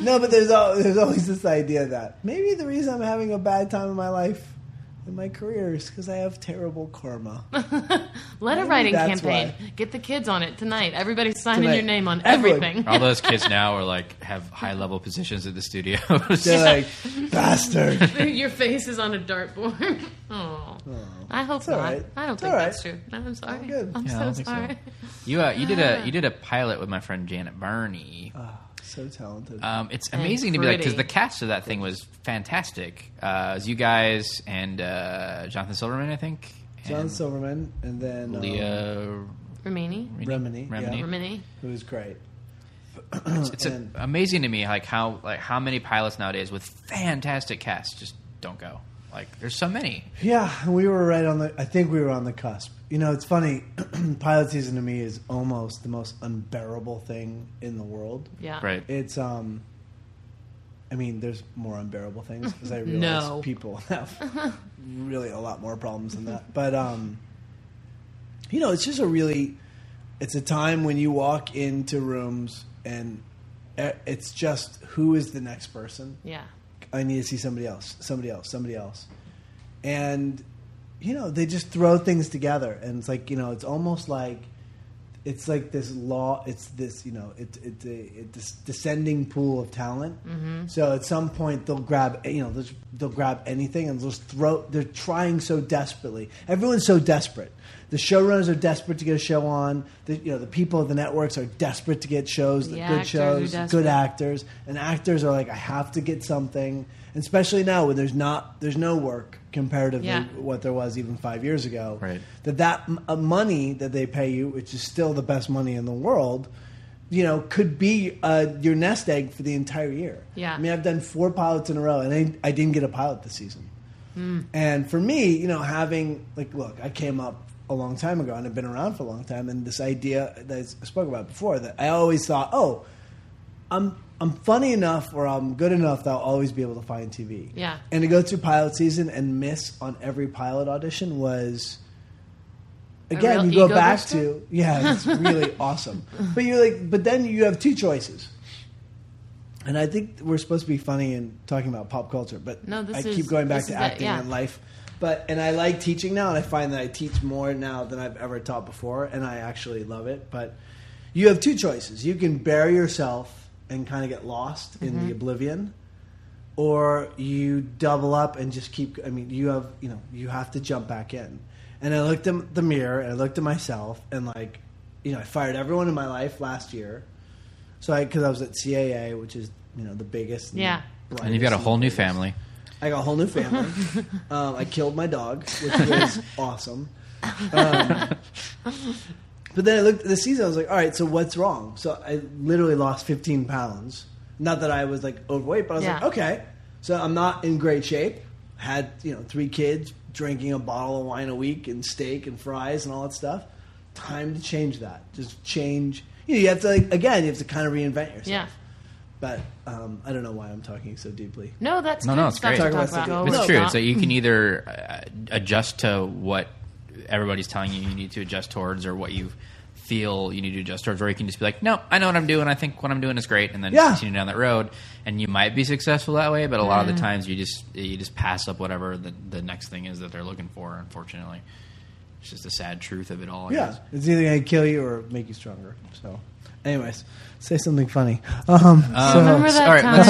Speaker 4: no, but there's al- there's always this idea that maybe the reason I'm having a bad time in my life, in my career, is because I have terrible karma.
Speaker 3: Letter
Speaker 4: Maybe
Speaker 3: writing
Speaker 4: that's
Speaker 3: campaign. Get the kids on it tonight. Everybody's signing
Speaker 4: Tonight.
Speaker 3: your name on
Speaker 4: Everyone.
Speaker 3: everything.
Speaker 2: All those kids now are like, have high level positions at the studio.
Speaker 4: They're like, bastard.
Speaker 3: your face is on a dartboard. Oh. I hope
Speaker 4: all
Speaker 3: not.
Speaker 4: right.
Speaker 3: I don't
Speaker 4: It's
Speaker 3: think
Speaker 4: all
Speaker 3: that's true. No, I'm sorry.
Speaker 4: good.
Speaker 3: I'm
Speaker 2: Yeah, I
Speaker 3: so
Speaker 2: don't think so.
Speaker 3: sorry. Ah.
Speaker 2: You uh, you did a you did a pilot with my friend Janet Varney.
Speaker 4: Uh, Ah, So talented.
Speaker 2: Um, it's amazing to be like because the
Speaker 3: pretty.
Speaker 2: cast of that thing was fantastic. Uh, it was you guys and uh, Jonathan Silverman, I think.
Speaker 4: John
Speaker 2: and
Speaker 4: Silverman, and then um,
Speaker 2: Leah
Speaker 3: Rimini?
Speaker 4: Remini,
Speaker 2: Remini.
Speaker 4: yeah.
Speaker 3: Rimini?
Speaker 4: who was great.
Speaker 2: It's a-
Speaker 4: And-
Speaker 2: amazing to me like how like how many pilots nowadays with fantastic casts just don't go. Like there's so many.
Speaker 4: Yeah, we were right on the. I think we were on the cusp. You know, it's funny. pilot season to me is almost the most unbearable thing in the world.
Speaker 3: Yeah.
Speaker 2: Right.
Speaker 4: It's um. I mean, there's more unbearable things because I realize
Speaker 3: No.
Speaker 4: people have really a lot more problems than that. But um, you know, it's just a really, it's a time when you walk into rooms and e- it's just who is the next person.
Speaker 3: Yeah.
Speaker 4: I need to see somebody else, somebody else, somebody else. And, you know, they just throw things together. And it's like, you know, it's almost like, it's like this law, it's this, you know, it's, it's a it's this descending pool of talent.
Speaker 3: Mm-hmm.
Speaker 4: So at some point they'll grab, you know, they'll, just- they'll grab anything and just throw, they're trying so desperately. Everyone's so desperate. The showrunners are desperate to get a show on. The, you know, the people of the networks are desperate to get shows,
Speaker 3: The
Speaker 4: good
Speaker 3: actors are
Speaker 4: shows,
Speaker 3: desperate.
Speaker 4: good actors and actors are like i have to get something and especially now when there's not there's no work comparatively
Speaker 3: Yeah.
Speaker 4: what there was even five years ago
Speaker 2: Right.
Speaker 4: that that m- uh, money that they pay you which is still the best money in the world you know could be uh, your nest egg for the entire year
Speaker 3: Yeah.
Speaker 4: i mean i've done four pilots in a row and i, I didn't get a pilot this season
Speaker 3: Mm.
Speaker 4: and for me, you know, having like, look, I came up a long time ago and I've been around for a long time, and this idea that I spoke about before that I always thought, oh, I'm I'm funny enough or I'm good enough that I'll always be able to find TV.
Speaker 3: Yeah.
Speaker 4: And to go through pilot season and miss on every pilot audition was.
Speaker 3: real
Speaker 4: Again, you go
Speaker 3: ego
Speaker 4: back
Speaker 3: booster?
Speaker 4: to yeah, it's really awesome. But you're like, but then you have two choices, and I think we're supposed to be funny and talking about pop culture, but
Speaker 3: No, this
Speaker 4: I
Speaker 3: is-
Speaker 4: keep going back
Speaker 3: this
Speaker 4: to
Speaker 3: is it,
Speaker 4: acting
Speaker 3: yeah.
Speaker 4: and life. But and I like teaching now, and I find that I teach more now than I've ever taught before, and I actually love it. But you have two choices: you can bury yourself and kind of get lost
Speaker 3: Mm-hmm.
Speaker 4: in the oblivion, or you double up and just keep. I mean, you have you know you have to jump back in. And I looked at the mirror, and I looked at myself, and like, you know, I fired everyone in my life last year. So I because I was at CAA, which is you know the biggest. and
Speaker 3: Yeah.
Speaker 4: brightest
Speaker 2: And you've got a whole new
Speaker 4: brightest.
Speaker 2: family.
Speaker 4: I got a whole new family. um, I killed my dog, which was awesome. Um, but then I looked at the season. I was like, all right, so what's wrong? So I literally lost 15 pounds. Not that I was like overweight, but I was
Speaker 3: Yeah.
Speaker 4: like, okay, so I'm not in great shape. had you know three kids, drinking a bottle of wine a week and steak and fries and all that stuff. Time to change that. Just change. You know, you have to like again. You have to kind of reinvent yourself.
Speaker 3: Yeah.
Speaker 4: But um, I don't know why I'm talking so deeply.
Speaker 3: No, that's
Speaker 2: No,
Speaker 3: good
Speaker 2: no, it's great.
Speaker 3: stuff to
Speaker 4: Talk
Speaker 3: talk
Speaker 4: about
Speaker 3: about.
Speaker 4: something-
Speaker 2: It's
Speaker 4: No,
Speaker 2: true. It's that you
Speaker 4: Hmm.
Speaker 2: can either uh, adjust to what everybody's telling you you need to adjust towards, or what you feel you need to adjust towards, or you can just be like, "No, I know what I'm doing. I think what I'm doing is great," and then
Speaker 4: Yeah.
Speaker 2: continue down that road. And you might be successful that way, but a lot of
Speaker 4: Mm.
Speaker 2: the times you just you just pass up whatever the, the next thing is that they're looking for. Unfortunately, it's just the sad truth of it all. I
Speaker 4: Yeah,
Speaker 2: guess.
Speaker 4: it's either gonna kill you or make you stronger. So, anyways, say something funny. Um, so-
Speaker 3: Remember that
Speaker 2: all right, let's,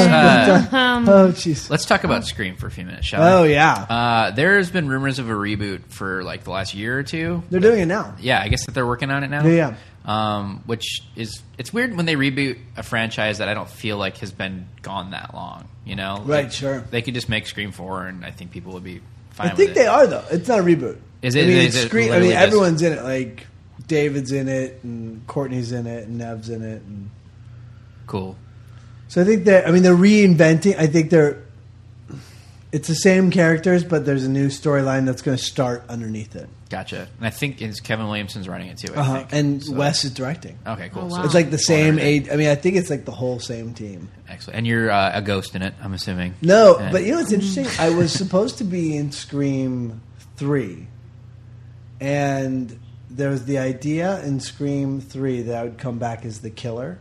Speaker 3: time?
Speaker 2: uh,
Speaker 3: um,
Speaker 4: oh jeez.
Speaker 2: Let's talk about Scream for a few minutes, shall
Speaker 4: Oh
Speaker 2: we?
Speaker 4: yeah,
Speaker 2: Uh, there's been rumors of a reboot for like the last year or two.
Speaker 4: they're doing it now.
Speaker 2: yeah, I guess that they're working on it now.
Speaker 4: Yeah, yeah.
Speaker 2: Um, which is it's weird when they reboot a franchise that I don't feel like has been gone that long. You know, Like,
Speaker 4: Right, sure.
Speaker 2: They could just make Scream Four, and I think people would be fine.
Speaker 4: I think
Speaker 2: with
Speaker 4: they
Speaker 2: it.
Speaker 4: are though. It's not a reboot.
Speaker 2: Is it-
Speaker 4: I mean,
Speaker 2: is
Speaker 4: it's
Speaker 2: it
Speaker 4: screen, I
Speaker 2: literally
Speaker 4: mean,
Speaker 2: just-
Speaker 4: everyone's in it. Like David's in it, and Courtney's in it, and Nev's in it, and
Speaker 2: cool.
Speaker 4: so I think they're. I mean, they're reinventing. I think they're. It's the same characters, but there's a new storyline that's going to start underneath it,
Speaker 2: Gotcha. And I think it's Kevin Williamson's running it too. I
Speaker 4: uh-huh.
Speaker 2: think.
Speaker 4: and
Speaker 2: So-
Speaker 4: Wes is directing.
Speaker 2: Okay, cool.
Speaker 3: Oh,
Speaker 2: So
Speaker 3: wow.
Speaker 4: It's like the same
Speaker 2: Alright.
Speaker 4: eight. I mean, I think it's like the whole same team.
Speaker 2: excellent. And you're uh, a ghost in it, I'm assuming.
Speaker 4: No,
Speaker 2: Yeah.
Speaker 4: but you know what's interesting? I was supposed to be in Scream 3. And there was the idea in Scream 3 that I would come back as the killer.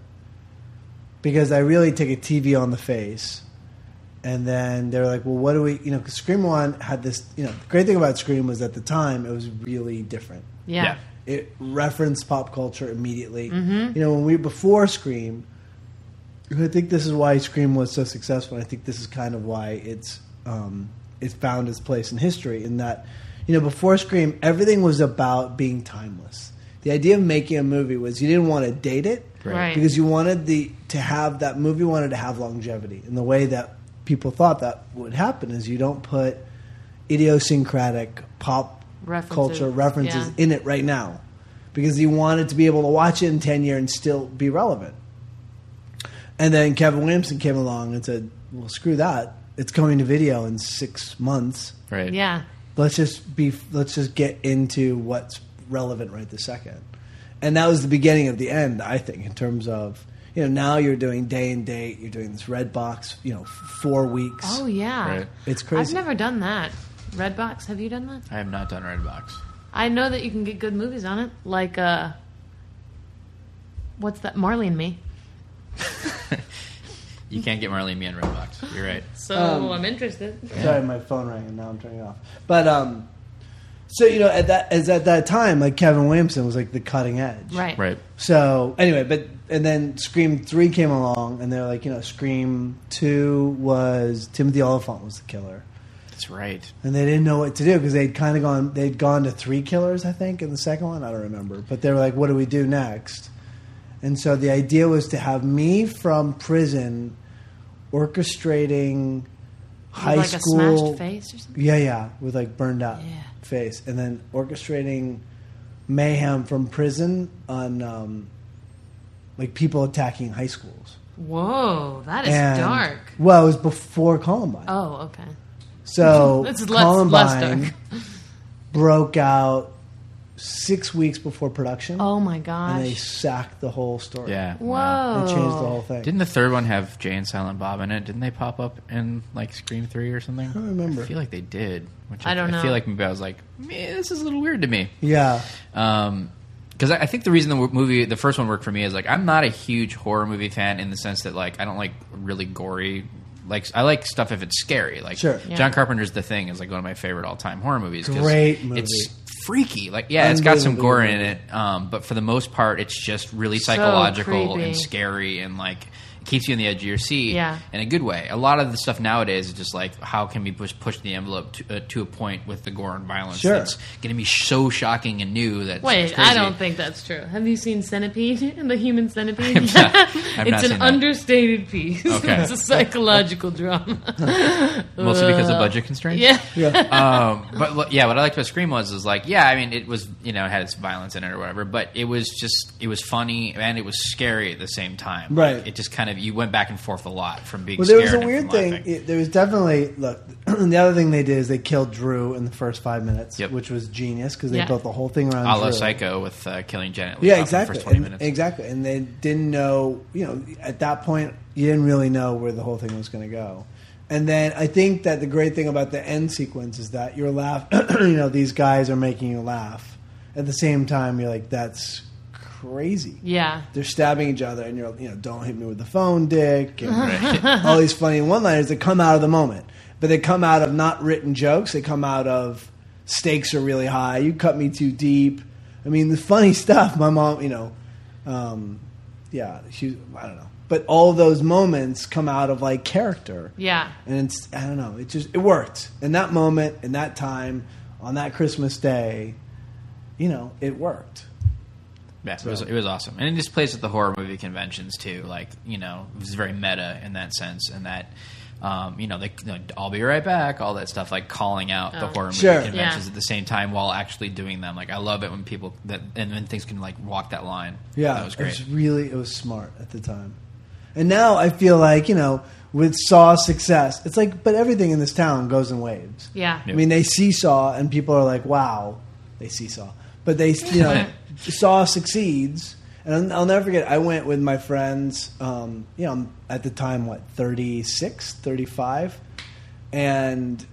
Speaker 4: Because I really take a TV on the face. And then they were like, well, what do we, you know, 'cause Scream 1 had this, you know, the great thing about Scream was at the time it was really different
Speaker 3: yeah.
Speaker 4: it referenced pop culture immediately. You know, when we before Scream, I think this is why Scream was so successful. And I think this is kind of why it's um, it's found its place in history. In that, you know, before Scream, everything was about being timeless. The idea of making a movie was you didn't want to date it
Speaker 3: Right.
Speaker 4: because you wanted the to have that movie wanted to have longevity. And the way that people thought that would happen is you don't put idiosyncratic pop
Speaker 3: References,
Speaker 4: culture references
Speaker 3: yeah.
Speaker 4: in it right now because you wanted to be able to watch it in 10 years and still be relevant. And then Kevin Williamson came along and said, well, screw that. It's coming to video in six months.
Speaker 2: Right.
Speaker 3: Yeah.
Speaker 4: Let's just be. Let's just get into what's relevant right this second. And that was the beginning of the end, I think, in terms of you know now you're doing day and date. You're doing this red box, you know, f- four weeks.
Speaker 3: Oh yeah.
Speaker 2: Right.
Speaker 4: It's crazy.
Speaker 3: I've never done that. Redbox, have you done that?
Speaker 2: I have not done Redbox.
Speaker 3: I know that you can get good movies on it, like uh, what's that? Marley and Me.
Speaker 2: You can't get Marley and me on Redbox. You're right.
Speaker 3: So
Speaker 4: Um,
Speaker 3: I'm interested.
Speaker 4: Sorry, my phone rang and now I'm turning it off. But um, so you know at that as at that time, like Kevin Williamson was like the cutting edge,
Speaker 3: Right.
Speaker 2: Right.
Speaker 4: So anyway, but and then Scream three came along, and they're like, you know, Scream two was Timothy Oliphant was the killer.
Speaker 2: That's right.
Speaker 4: and they didn't know what to do because they'd kind of gone they'd gone to three killers i think in the second one i don't remember but they were like what do we do next and so the idea was to have me from prison orchestrating high
Speaker 3: like a smashed
Speaker 4: school
Speaker 3: face or something.
Speaker 4: yeah yeah with like burned out
Speaker 3: Yeah.
Speaker 4: face and then orchestrating mayhem from prison on um, like people attacking high schools
Speaker 3: Whoa, that is
Speaker 4: And-
Speaker 3: dark.
Speaker 4: well it was before columbine
Speaker 3: Oh, okay.
Speaker 4: so
Speaker 3: This is less-
Speaker 4: Columbine
Speaker 3: less dark.
Speaker 4: broke out six weeks before production,
Speaker 3: Oh my
Speaker 4: and they
Speaker 3: gosh.
Speaker 4: sacked the whole story.
Speaker 2: Yeah.
Speaker 3: Whoa.
Speaker 4: and changed the whole thing.
Speaker 2: Didn't the third one have Jay and Silent Bob in it? Didn't they pop up in like Scream Three or something? I
Speaker 4: don't remember.
Speaker 2: I feel like they did. Which
Speaker 3: I don't
Speaker 2: I
Speaker 3: know.
Speaker 2: feel like maybe I was like, "Meh, this is a little weird to me.
Speaker 4: yeah,
Speaker 2: Because Um, I, I think the reason the wo- movie, the first one worked for me is like I'm not a huge horror movie fan in the sense that like I don't like really gory. Like I like stuff if it's scary. Like
Speaker 4: Sure.
Speaker 3: Yeah.
Speaker 2: John Carpenter's The Thing is like one of my favorite all time horror movies. 'cause
Speaker 4: Great movie.
Speaker 2: It's freaky. Like yeah, it's got some
Speaker 4: Unbelievable
Speaker 2: gore in
Speaker 4: movie.
Speaker 2: it, um, but for the most part, it's just really
Speaker 3: So
Speaker 2: psychological
Speaker 3: creepy.
Speaker 2: and scary and like it keeps you on the edge of your seat
Speaker 3: Yeah.
Speaker 2: in a good way. A lot of the stuff nowadays is just like how can we push push the envelope to, uh, to a point with the gore and violence
Speaker 4: Sure.
Speaker 2: that's going to be so shocking and new that
Speaker 3: Wait,
Speaker 2: it's crazy.
Speaker 3: I don't think that's true. Have you seen Centipede and the Human Centipede?
Speaker 2: I've not- I've
Speaker 3: it's
Speaker 2: not
Speaker 3: an
Speaker 2: seen that.
Speaker 3: understated piece.
Speaker 2: Okay.
Speaker 3: it's a psychological drama.
Speaker 2: mostly because of budget constraints.
Speaker 3: yeah.
Speaker 4: yeah.
Speaker 2: um, but lo- yeah, what I liked about Scream was is like, yeah, I mean, it was you know it had its violence in it or whatever, but it was just it was funny and it was scary at the same time. Like,
Speaker 4: Right.
Speaker 2: it just kind kind of you went back and forth a lot from being.
Speaker 4: Well, there was a
Speaker 2: scared and
Speaker 4: weird
Speaker 2: from
Speaker 4: thing.
Speaker 2: laughing.
Speaker 4: It, there was definitely look. the other thing they did is they killed Drew in the first five minutes,
Speaker 2: Yep.
Speaker 4: which was genius because they
Speaker 3: Yeah.
Speaker 4: built the whole thing around.
Speaker 2: a la
Speaker 4: Drew.
Speaker 2: Psycho with uh, killing Janet. Leigh
Speaker 4: Yeah,
Speaker 2: Hoff
Speaker 4: exactly.
Speaker 2: In the first twenty
Speaker 4: And-
Speaker 2: minutes.
Speaker 4: Exactly, and they didn't know. You know, at that point, you didn't really know where the whole thing was going to go. And then I think that the great thing about the end sequence is that you're laugh. you know, these guys are making you laugh. At the same time, you're like, "That's crazy."
Speaker 3: Yeah.
Speaker 4: They're stabbing each other, and you're you know, "Don't hit me with the phone, dick."
Speaker 2: Uh-huh.
Speaker 4: And all these funny one-liners that come out of the moment, but they come out of not written jokes. They come out of stakes are really high. You cut me too deep. I mean, the funny stuff. My mom, you know, um, yeah, she. I don't know, but all those moments come out of like character.
Speaker 3: Yeah.
Speaker 4: and it's I don't know. It just it worked in that moment, in that time, on that Christmas day. You know, it worked.
Speaker 2: Yeah, it was it was awesome, and it just plays with the horror movie conventions too. Like you know, it was very meta in that sense, and that um, you know, they, you know, I'll be right back, all that stuff, like calling out the
Speaker 3: Oh.
Speaker 2: horror movie
Speaker 4: Sure.
Speaker 2: conventions
Speaker 3: Yeah.
Speaker 2: at the same time while actually doing them. Like I love it when people that and when things can like walk that line.
Speaker 4: Yeah,
Speaker 2: that was
Speaker 4: It
Speaker 2: great.
Speaker 4: was really it was smart at the time, and now I feel like you know with Saw success, it's like but everything in this town goes in waves.
Speaker 3: Yeah.
Speaker 4: I mean they see Saw and people are like, wow, they see Saw, but they you know Saw succeeds. And I'll I'll never forget, I went with my friends, um, you know, I'm at the time, what, 36, 35? And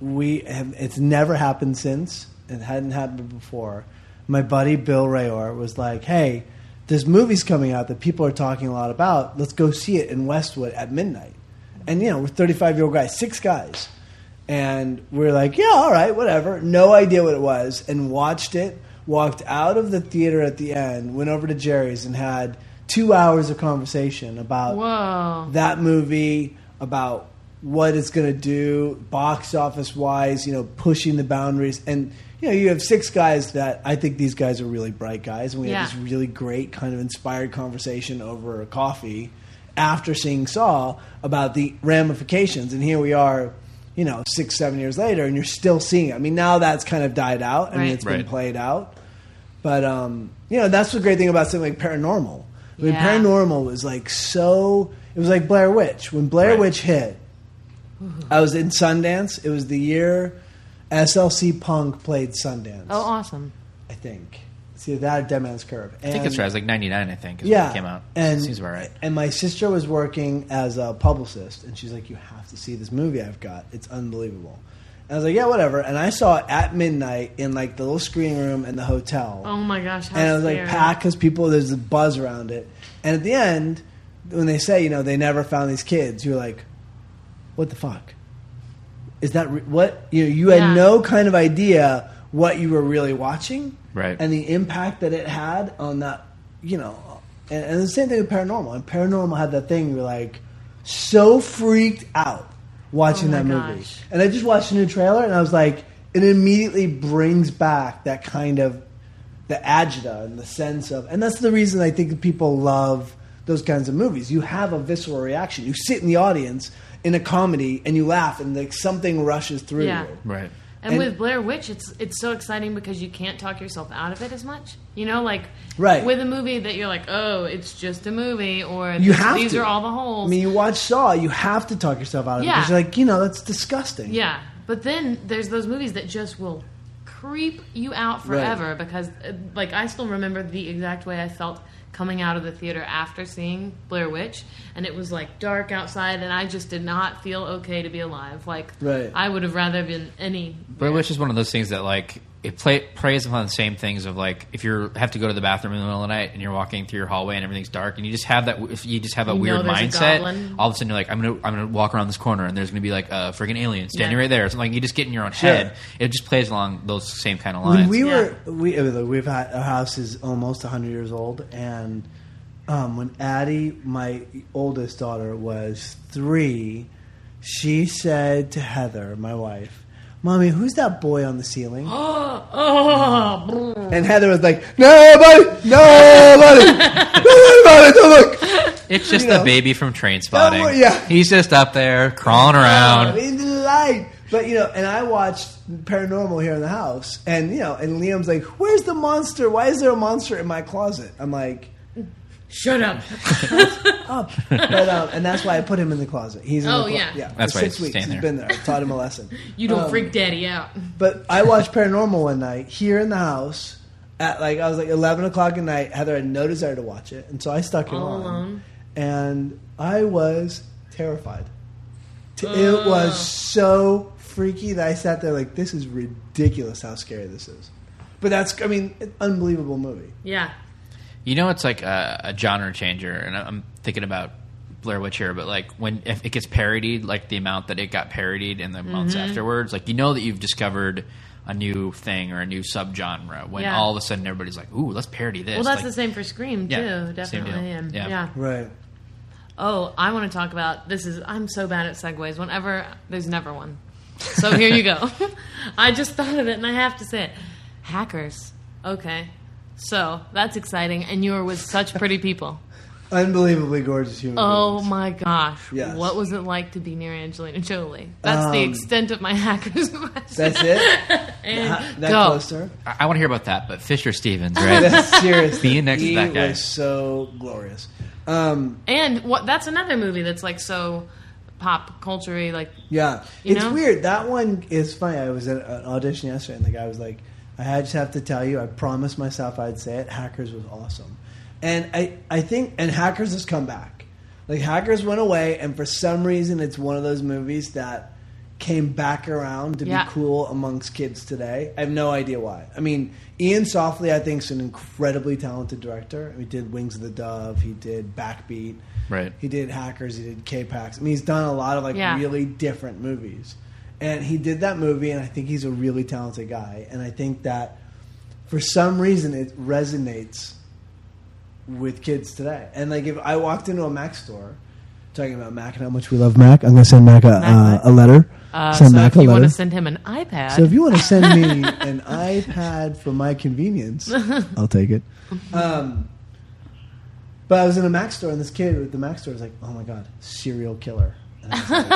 Speaker 4: we have it's never happened since it hadn't happened before my buddy bill rayor was like hey this movie's coming out that people are talking a lot about let's go see it in westwood at midnight and you know we're 35 year old guys six guys and we're like yeah all right whatever no idea what it was and watched it walked out of the theater at the end went over to jerry's and had two hours of conversation about
Speaker 3: Whoa.
Speaker 4: that movie about what it's going to do box office wise you know pushing the boundaries and you know you have six guys that i think these guys are really bright guys and we
Speaker 3: Yeah.
Speaker 4: had this really great kind of inspired conversation over a coffee after seeing saw about the ramifications and here we are you know six seven years later and you're still seeing it i mean now that's kind of died out i mean
Speaker 3: Right.
Speaker 4: it's
Speaker 2: Right.
Speaker 4: been played out but um, you know, that's the great thing about something like Paranormal. I mean,
Speaker 3: Yeah.
Speaker 4: Paranormal was like so. It was like Blair Witch. When Blair
Speaker 2: Right.
Speaker 4: Witch hit, I was in Sundance. It was the year SLC Punk played Sundance.
Speaker 3: Oh, awesome.
Speaker 4: I think. See that or Dead Man's Curve.
Speaker 2: I think
Speaker 4: And-
Speaker 2: it's right. It was like ninety nine. I think. Is when
Speaker 4: yeah,
Speaker 2: it came out.
Speaker 4: And
Speaker 2: Seems about right.
Speaker 4: And my sister was working as a publicist, and she's like, "You have to see this movie I've got. It's unbelievable." And I was like, "Yeah, whatever." And I saw it at midnight in like the little screening room in the hotel
Speaker 3: Oh my gosh. How
Speaker 4: and it was like
Speaker 3: scary.
Speaker 4: packed because people there's a buzz around it. And at the end, when they say you know they never found these kids, you're like, what the fuck? Is that re- what you know? You had
Speaker 3: Yeah.
Speaker 4: no kind of idea what you were really watching,
Speaker 2: Right.
Speaker 4: And the impact that it had on that, you know. And, and the same thing with paranormal. And paranormal had that thing. You're like so freaked out watching
Speaker 3: Oh my
Speaker 4: that movie.
Speaker 3: gosh.
Speaker 4: And I just watched a new trailer, and I was like, it immediately brings back that kind of the agita and the sense of, and that's the reason I think people love those kinds of movies. You have a visceral reaction. You sit in the audience in a comedy and you laugh, and like something rushes through
Speaker 3: Yeah.
Speaker 4: you.
Speaker 2: Right.
Speaker 3: And,
Speaker 4: And-
Speaker 3: with Blair Witch, it's it's so exciting because you can't talk yourself out of it as much. You know, like
Speaker 4: Right.
Speaker 3: with a movie that you're like, oh, it's just a movie, or
Speaker 4: You
Speaker 3: this-
Speaker 4: have
Speaker 3: these
Speaker 4: to.
Speaker 3: are all the holes.
Speaker 4: I mean, you watch Saw, you have to talk yourself out of it
Speaker 3: Yeah.
Speaker 4: because you're like, you know, that's disgusting.
Speaker 3: yeah, but then there's those movies that just will creep you out
Speaker 4: Right.
Speaker 3: forever because, uh, like, I still remember the exact way I felt coming out of the theater after seeing Blair Witch, and it was like dark outside, and I just did not feel okay to be alive. Like,
Speaker 4: Right.
Speaker 3: I would have rather been any.
Speaker 2: Blair Witch is one of those things that like it play, preys upon the same things of like if you have to go to the bathroom in the middle of the night and you're walking through your hallway and everything's dark and you just have that w- if you just have a
Speaker 3: You know
Speaker 2: weird
Speaker 3: there's a
Speaker 2: mindset
Speaker 3: goblin.
Speaker 2: all of a sudden you're like I'm gonna I'm gonna walk around this corner and there's gonna be like a freaking alien standing
Speaker 3: Yeah.
Speaker 2: right there it's like you just get in your own
Speaker 4: Sure.
Speaker 2: head it just plays along those same kind of
Speaker 4: when
Speaker 2: lines
Speaker 4: we
Speaker 3: Yeah.
Speaker 4: were we uh, look, we've had our house is almost 100 years old and um, when addie my oldest daughter was three she said to heather my wife mommy who's that boy on the ceiling
Speaker 3: Oh, brr.
Speaker 4: and heather was like nobody nobody nobody don't look
Speaker 2: it's just
Speaker 4: you
Speaker 2: the
Speaker 4: know.
Speaker 2: baby from Train Spotting
Speaker 4: Don't worry, yeah.
Speaker 2: he's just up there crawling around
Speaker 4: in the light but you know and i watched paranormal here in the house and you know and liam's like where's the monster why is there a monster in my closet i'm like
Speaker 3: Shut up.
Speaker 4: up. But, um, and that's why I put him in the closet. He's in
Speaker 3: Oh,
Speaker 4: the clo-
Speaker 3: yeah.
Speaker 4: yeah.
Speaker 2: That's
Speaker 4: for
Speaker 2: why
Speaker 4: six
Speaker 2: he's
Speaker 4: weeks.
Speaker 2: staying
Speaker 4: He's
Speaker 2: there.
Speaker 4: been there. I taught him a lesson.
Speaker 3: You don't
Speaker 4: Um,
Speaker 3: freak daddy out.
Speaker 4: But I watched Paranormal one night here in the house at like I was like eleven o'clock at night. Heather had no desire to watch it, and so I stuck it
Speaker 3: All
Speaker 4: on,
Speaker 3: alone?
Speaker 4: and I was terrified. T- It was so freaky that I sat there like, "This is ridiculous! How scary this is." But that's, I mean, an unbelievable movie.
Speaker 3: Yeah.
Speaker 2: You know, it's like a, a genre changer, and I- I'm thinking about Blair Witch here, but like when if it gets parodied, like the amount that it got parodied in the
Speaker 3: Mm-hmm.
Speaker 2: months afterwards, like you know that you've discovered a new thing or a new subgenre when
Speaker 3: Yeah.
Speaker 2: all of a sudden everybody's like, "Ooh, let's parody this."
Speaker 3: Well, that's
Speaker 2: Like,
Speaker 3: the same for Scream, too,
Speaker 2: Yeah, same
Speaker 3: definitely.
Speaker 2: deal.
Speaker 3: And,
Speaker 2: Yeah.
Speaker 3: yeah.
Speaker 4: Right.
Speaker 3: Oh, I want to talk about this. Is I'm so bad at segues. Whenever there's never one, so here you go. I just thought of it, and I have to say it. Hackers. Okay, so that's exciting, and you were with such pretty people.
Speaker 4: Unbelievably gorgeous human.
Speaker 3: Oh
Speaker 4: beings.
Speaker 3: my gosh,
Speaker 4: Yes.
Speaker 3: what was it like to be near Angelina Jolie? That's the
Speaker 4: Um,
Speaker 3: extent of my hackers. That's
Speaker 4: That's it. Ha-
Speaker 3: and
Speaker 4: that
Speaker 3: go.
Speaker 4: close to her.
Speaker 2: I, want to hear about that, but Fisher Stevens, right?
Speaker 4: Seriously,
Speaker 2: Being next to
Speaker 4: he
Speaker 2: that guy.
Speaker 4: was so glorious. Um,
Speaker 3: And what? That's another movie that's like so pop culture like
Speaker 4: yeah,
Speaker 3: You
Speaker 4: it's
Speaker 3: know?
Speaker 4: weird. That one is funny. I was at an audition yesterday, and the guy was like, "I just have to tell you, I promised myself I'd say it. Hackers was awesome, and I, I think, and Hackers has come back. Like Hackers went away, and for some reason, it's one of those movies that came back around to
Speaker 3: Yeah.
Speaker 4: be cool amongst kids today. I have no idea why. I mean, Ian Softly, I think, is an incredibly talented director. He did Wings of the Dove. He did Backbeat.
Speaker 2: Right.
Speaker 4: He did Hackers. He did K-Pax. I mean, he's done a lot of like
Speaker 3: Yeah.
Speaker 4: really different movies. And he did that movie, and I think he's a really talented guy. And I think that for some reason it resonates with kids today. And like if I walked into a Mac store talking about Mac and how much we love Mac, I'm gonna send Mac a,
Speaker 3: Mac.
Speaker 4: uh, a letter.
Speaker 3: Uh, so if you want to send him an iPad,
Speaker 4: so if you want to send me an iPad for my convenience, I'll take it. Um, but I was in a Mac store, and this kid at the Mac store was like, "Oh my god, serial killer." And I, was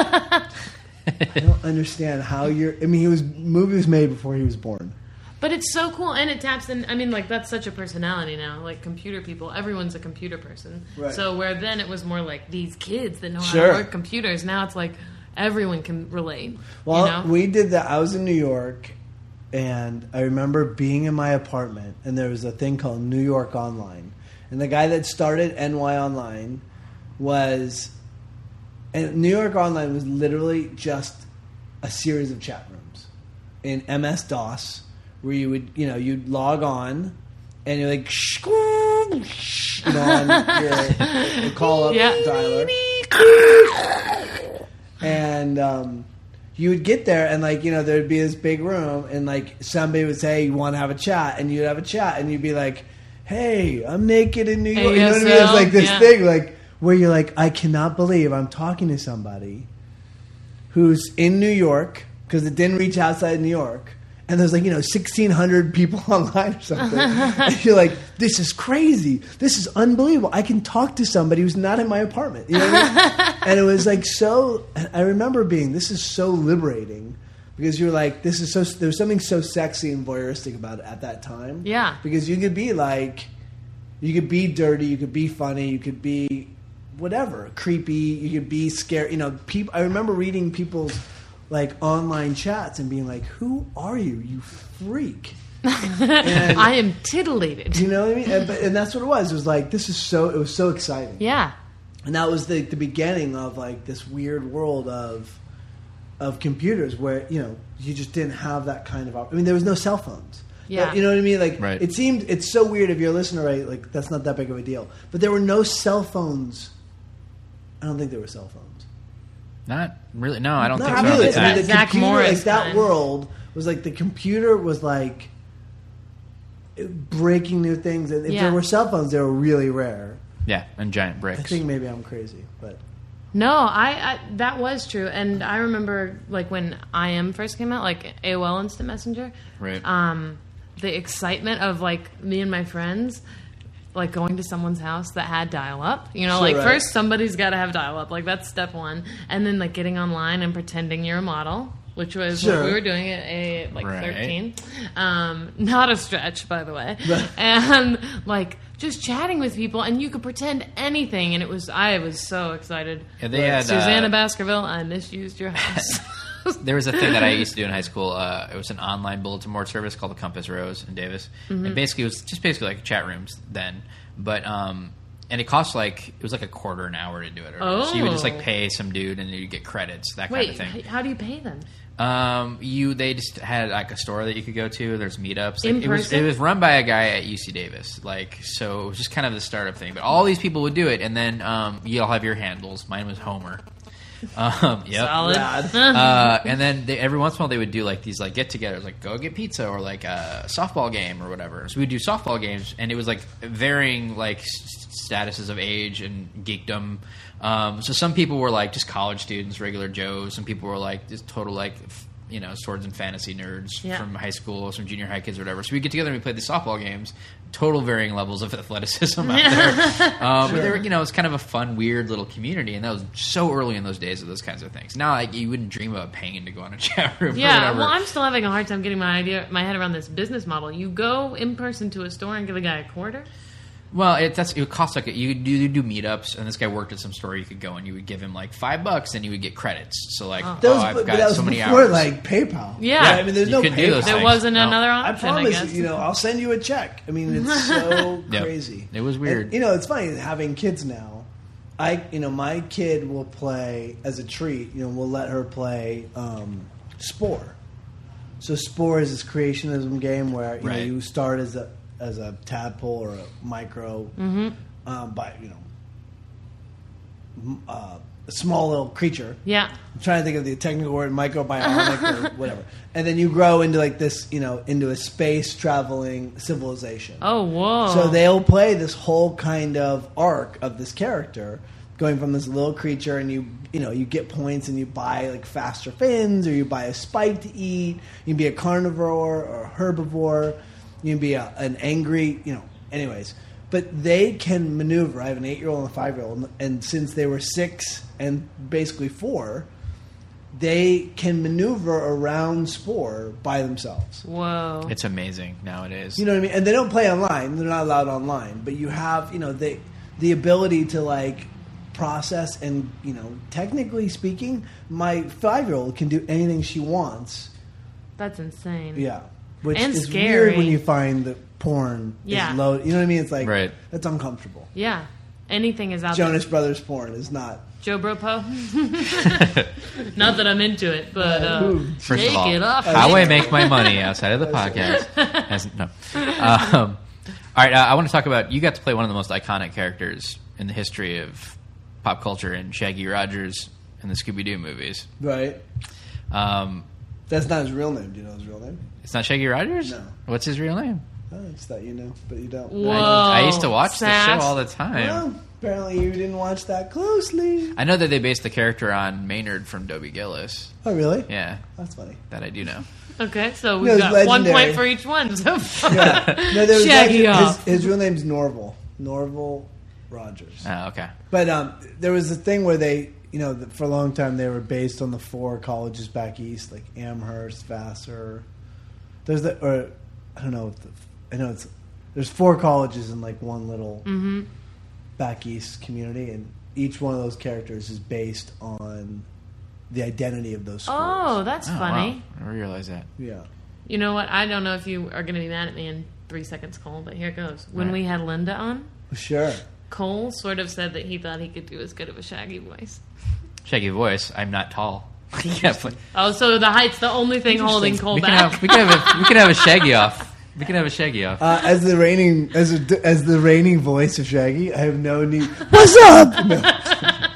Speaker 4: like, I don't understand how you're. I mean, he was movie was made before he was born.
Speaker 3: But it's so cool, and it taps in. I mean, like that's such a personality now. Like computer people, everyone's a computer person.
Speaker 4: Right.
Speaker 3: So where then it was more like these kids that know
Speaker 4: Sure.
Speaker 3: how to work computers. Now it's like everyone can relate.
Speaker 4: Well,
Speaker 3: you know?
Speaker 4: we did that. I was in New York, and I remember being in my apartment, and there was a thing called New York Online, and the guy that started NY Online was, and New York Online was literally just a series of chat rooms in MS DOS, where you would, you know, you'd log on, and you're like, you know, on your, call up
Speaker 3: Yeah.
Speaker 4: dialer and um, you would get there and like you know there'd be this big room and like somebody would say you want to have a chat and you'd have a chat and you'd be like hey i'm naked in new york you know what i mean it's
Speaker 3: ASL,
Speaker 4: like this
Speaker 3: yeah.
Speaker 4: thing like where you're like i cannot believe i'm talking to somebody who's in new york because it didn't reach outside new york and there's like you know 1600 people online or something and you're like this is crazy this is unbelievable i can talk to somebody who's not in my apartment you know what I mean? and it was like so and i remember being this is so liberating because you're like this is so there's something so sexy and voyeuristic about it at that time
Speaker 3: Yeah.
Speaker 4: because you could be like you could be dirty you could be funny you could be whatever creepy you could be scared you know people i remember reading people's like online chats and being like who are you you freak and-
Speaker 3: I am titillated.
Speaker 4: do you know what i mean and, but, and that's what it was it was like this is so it was so exciting
Speaker 3: yeah,
Speaker 4: and that was the, the beginning of like this weird world of of computers where you know you just didn't have that kind of op- i mean there was no cell phones
Speaker 3: Yeah.
Speaker 4: you know what i mean like
Speaker 2: Right.
Speaker 4: it seemed it's so weird if you're a listener right like that's not that big of a deal but there were no cell phones i don't think there were cell phones
Speaker 2: Not really. No, I don't
Speaker 4: not
Speaker 2: think so.
Speaker 4: really
Speaker 2: at the
Speaker 4: I mean, the
Speaker 2: time.
Speaker 3: Zach
Speaker 4: computer,
Speaker 3: Morris
Speaker 4: like that
Speaker 3: time.
Speaker 4: world was like the computer was like breaking new things and if
Speaker 3: Yeah.
Speaker 4: there were cell phones they were really rare
Speaker 2: Yeah, and giant
Speaker 4: i
Speaker 2: bricks.
Speaker 4: think maybe i'm crazy but
Speaker 3: no, I, I that was true, and I remember like when IM first came out, like AOL Instant Messenger.
Speaker 2: Right.
Speaker 3: um, the excitement of like me and my friends like going to someone's house that had dial up you know
Speaker 4: Sure,
Speaker 3: like
Speaker 4: right.
Speaker 3: first somebody's got to have dial up like that's step one and then like getting online and pretending you're a model which was
Speaker 4: Sure.
Speaker 3: what we were doing at a, like
Speaker 2: Right.
Speaker 3: 13. Um, not a stretch, by the way. and like just chatting with people, and you could pretend anything. And it was, I was so excited.
Speaker 2: Yeah, they had,
Speaker 3: Susanna
Speaker 2: uh,
Speaker 3: Baskerville, I misused your house.
Speaker 2: There was a thing that I used to do in high school. Uh, it was an online bulletin board service called the Compass Rose in Davis,
Speaker 3: Mm-hmm.
Speaker 2: and basically it was just basically like chat rooms then. But um, and it cost like it was like a quarter an hour to do it. Or so you would just
Speaker 3: Oh.
Speaker 2: like pay some dude and you get credits that
Speaker 3: Wait,
Speaker 2: kind of
Speaker 3: h-
Speaker 2: thing.
Speaker 3: how do you pay them?
Speaker 2: Um, you they just had like a store that you could go to. There's meetups. Like,
Speaker 3: In
Speaker 2: it was it
Speaker 3: person?
Speaker 2: was run by a guy at UC Davis. Like so, it was just kind of the startup thing. But all these people would do it, and then um, you all have your handles. Mine was Homer. Um, yep
Speaker 3: Solid. Uh-huh.
Speaker 2: uh, and then they, every once in a while they would do like these like get-togethers, like go get pizza or like a softball game or whatever. So we'd do softball games, and it was like varying like s- statuses of age and geekdom. Um, so some people were like just college students, regular Joes. Some people were like just total like f- you know swords and fantasy nerds
Speaker 3: Yeah.
Speaker 2: from high school, some junior high kids or whatever. So we would get together and we played these softball games. Total varying levels of athleticism out there. Um, but they were, you know, it's kind of a fun, weird little community, and that was so early in those days of those kinds of things. Now, like, you wouldn't dream about paying to go on a chat room. or
Speaker 3: Yeah,
Speaker 2: whatever.
Speaker 3: well, I'm still having a hard time getting my idea, my head around this business model. You go in person to a store and give a guy a quarter.
Speaker 2: Well, it, that's it would cost like a, you do you do meetups, and this guy worked at some store. You could go and you would give him like five bucks, and you would get credits. So like,
Speaker 4: That
Speaker 2: oh,
Speaker 4: was,
Speaker 2: I've
Speaker 4: but,
Speaker 2: got
Speaker 4: but that was
Speaker 2: so many
Speaker 4: before
Speaker 2: hours.
Speaker 4: like PayPal.
Speaker 3: Yeah.
Speaker 4: I mean, there's
Speaker 2: You
Speaker 4: no
Speaker 2: couldn't do
Speaker 4: PayPal.
Speaker 2: those
Speaker 3: There
Speaker 2: Thanks.
Speaker 3: wasn't
Speaker 2: No.
Speaker 3: another
Speaker 4: I
Speaker 3: option. I,
Speaker 4: promise,
Speaker 3: guess.
Speaker 4: you know, I'll send you a check. I mean, it's so
Speaker 2: Yep.
Speaker 4: crazy.
Speaker 2: It was weird.
Speaker 4: And, you know, it's funny having kids now. I, you know, my kid will play as a treat. You know, we'll let her play um, Spore. So Spore is this creationism game where you know
Speaker 2: Right.
Speaker 4: you start as a as a tadpole or a micro,
Speaker 3: Mm-hmm.
Speaker 4: um, by you know, m- uh, a small little creature.
Speaker 3: yeah.
Speaker 4: I'm trying to think of the technical word, microbionic or whatever. And then you grow into like this, you know, into a space traveling civilization.
Speaker 3: Oh, whoa.
Speaker 4: So they'll play this whole kind of arc of this character, going from this little creature, and you you know you get points, and you buy like faster fins, or you buy a spike to eat. You can be a carnivore or a herbivore. You can be a, an angry, you know. Anyways, but they can maneuver. I have an eight-year-old and a five-year-old, and since they were six and basically four, they can maneuver around Spore by themselves.
Speaker 3: Whoa.
Speaker 2: It's amazing nowadays.
Speaker 4: You know what I mean? And they don't play online; they're not allowed online. But you have, you know, the the ability to like process and, you know, technically speaking, my five year old can do anything she wants.
Speaker 3: That's insane.
Speaker 4: Yeah, which
Speaker 3: And
Speaker 4: is
Speaker 3: scary.
Speaker 4: weird when you find that porn
Speaker 3: Yeah.
Speaker 4: is low. You know what I mean? It's like
Speaker 2: Right.
Speaker 4: that's uncomfortable.
Speaker 3: Yeah. Anything is out
Speaker 4: Jonas Brothers porn is not.
Speaker 3: there. Joe Bropo. Not that I'm into it, but uh,
Speaker 4: Ooh.
Speaker 2: First
Speaker 3: take
Speaker 2: of all,
Speaker 3: it off.
Speaker 2: how I
Speaker 3: nigga.
Speaker 2: make my money outside of the podcast. As- no. Um, all right, uh, I want to talk about. You got to play one of the most iconic characters in the history of pop culture, in Shaggy Rogers in the Scooby Doo movies.
Speaker 4: Right.
Speaker 2: Um,
Speaker 4: That's not his real name. Do you know his real name?
Speaker 2: it's not Shaggy Rogers.
Speaker 4: No.
Speaker 2: What's his real name?
Speaker 4: Oh, I just thought you knew, but you don't.
Speaker 3: Whoa.
Speaker 2: I, I used to watch
Speaker 3: sass.
Speaker 2: the show all the time.
Speaker 4: Well, apparently you didn't watch that closely.
Speaker 2: I know that they based the character on Maynard from Dobie Gillis.
Speaker 4: Oh, really?
Speaker 2: Yeah,
Speaker 4: That's funny.
Speaker 2: that I do know.
Speaker 3: Okay, so
Speaker 4: No,
Speaker 3: we've
Speaker 4: it's
Speaker 3: got one
Speaker 4: legendary.
Speaker 3: point for each one so far.
Speaker 4: Yeah. No, there was
Speaker 3: Shaggy
Speaker 4: actually-
Speaker 3: off.
Speaker 4: His, his real name's Norval. Norval Rogers.
Speaker 2: Oh, okay.
Speaker 4: But um, there was a thing where they, you know, th- for a long time they were based on the four colleges back east, like Amherst, Vassar. There's the, or I don't know, if the, I know it's there's four colleges in like one little
Speaker 3: Mm-hmm.
Speaker 4: back east community, and each one of those characters is based on the identity of those schools.
Speaker 3: Oh, that's
Speaker 2: Oh,
Speaker 3: funny.
Speaker 2: wow. I never realized that.
Speaker 4: yeah.
Speaker 3: You know what? I don't know if you are going to be mad at me in three seconds, Cole, but here goes. When
Speaker 2: All right.
Speaker 3: we had Linda on,
Speaker 4: Sure.
Speaker 3: Cole sort of said that he thought he could do as good of a Shaggy voice.
Speaker 2: Shaggy voice. I'm not tall. yeah, but
Speaker 3: Oh, so the height's the only thing holding Cole
Speaker 2: we can
Speaker 3: back.
Speaker 2: have we can have a, we can have a Shaggy off. We can have a Shaggy off.
Speaker 4: Uh, as the reigning as a, as the reigning voice of Shaggy, I have no need. What's up? No.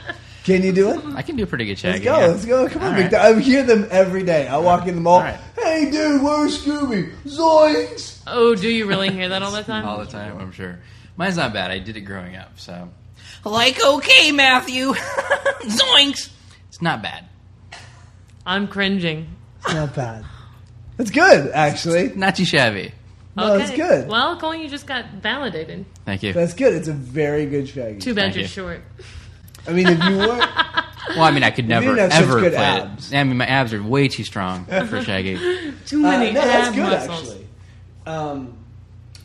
Speaker 4: Can you do it?
Speaker 2: I can do a pretty good
Speaker 4: Let's
Speaker 2: Shaggy.
Speaker 4: go.
Speaker 2: yeah.
Speaker 4: Let's go. Come on,
Speaker 2: All
Speaker 4: big
Speaker 2: right.
Speaker 4: dog. I hear them every day. I walk in the mall.
Speaker 2: All right.
Speaker 4: Hey, dude, where's Scooby? Zoinks!
Speaker 3: oh, do you really hear that all the time?
Speaker 2: All the time, I'm sure. Mine's not bad. I did it growing up, so
Speaker 5: Like, okay, Matthew. Zoinks.
Speaker 2: it's not bad.
Speaker 3: I'm cringing.
Speaker 4: It's not bad. That's good, actually.
Speaker 2: Not too shabby.
Speaker 4: No,
Speaker 3: okay.
Speaker 4: it's good.
Speaker 3: Well, Cole, you just got validated.
Speaker 2: Thank you.
Speaker 4: That's good. It's a very good Shaggy.
Speaker 3: Too bad
Speaker 2: Thank
Speaker 3: you're
Speaker 2: you.
Speaker 3: short.
Speaker 4: I mean, if you weren't,
Speaker 2: Well, I mean, I could never
Speaker 4: didn't have such
Speaker 2: ever play
Speaker 4: good abs.
Speaker 2: it. I mean, my abs are way too strong for Shaggy.
Speaker 3: Too
Speaker 4: Uh,
Speaker 3: many
Speaker 4: no,
Speaker 3: ab
Speaker 4: that's good
Speaker 3: muscles.
Speaker 4: actually. Um,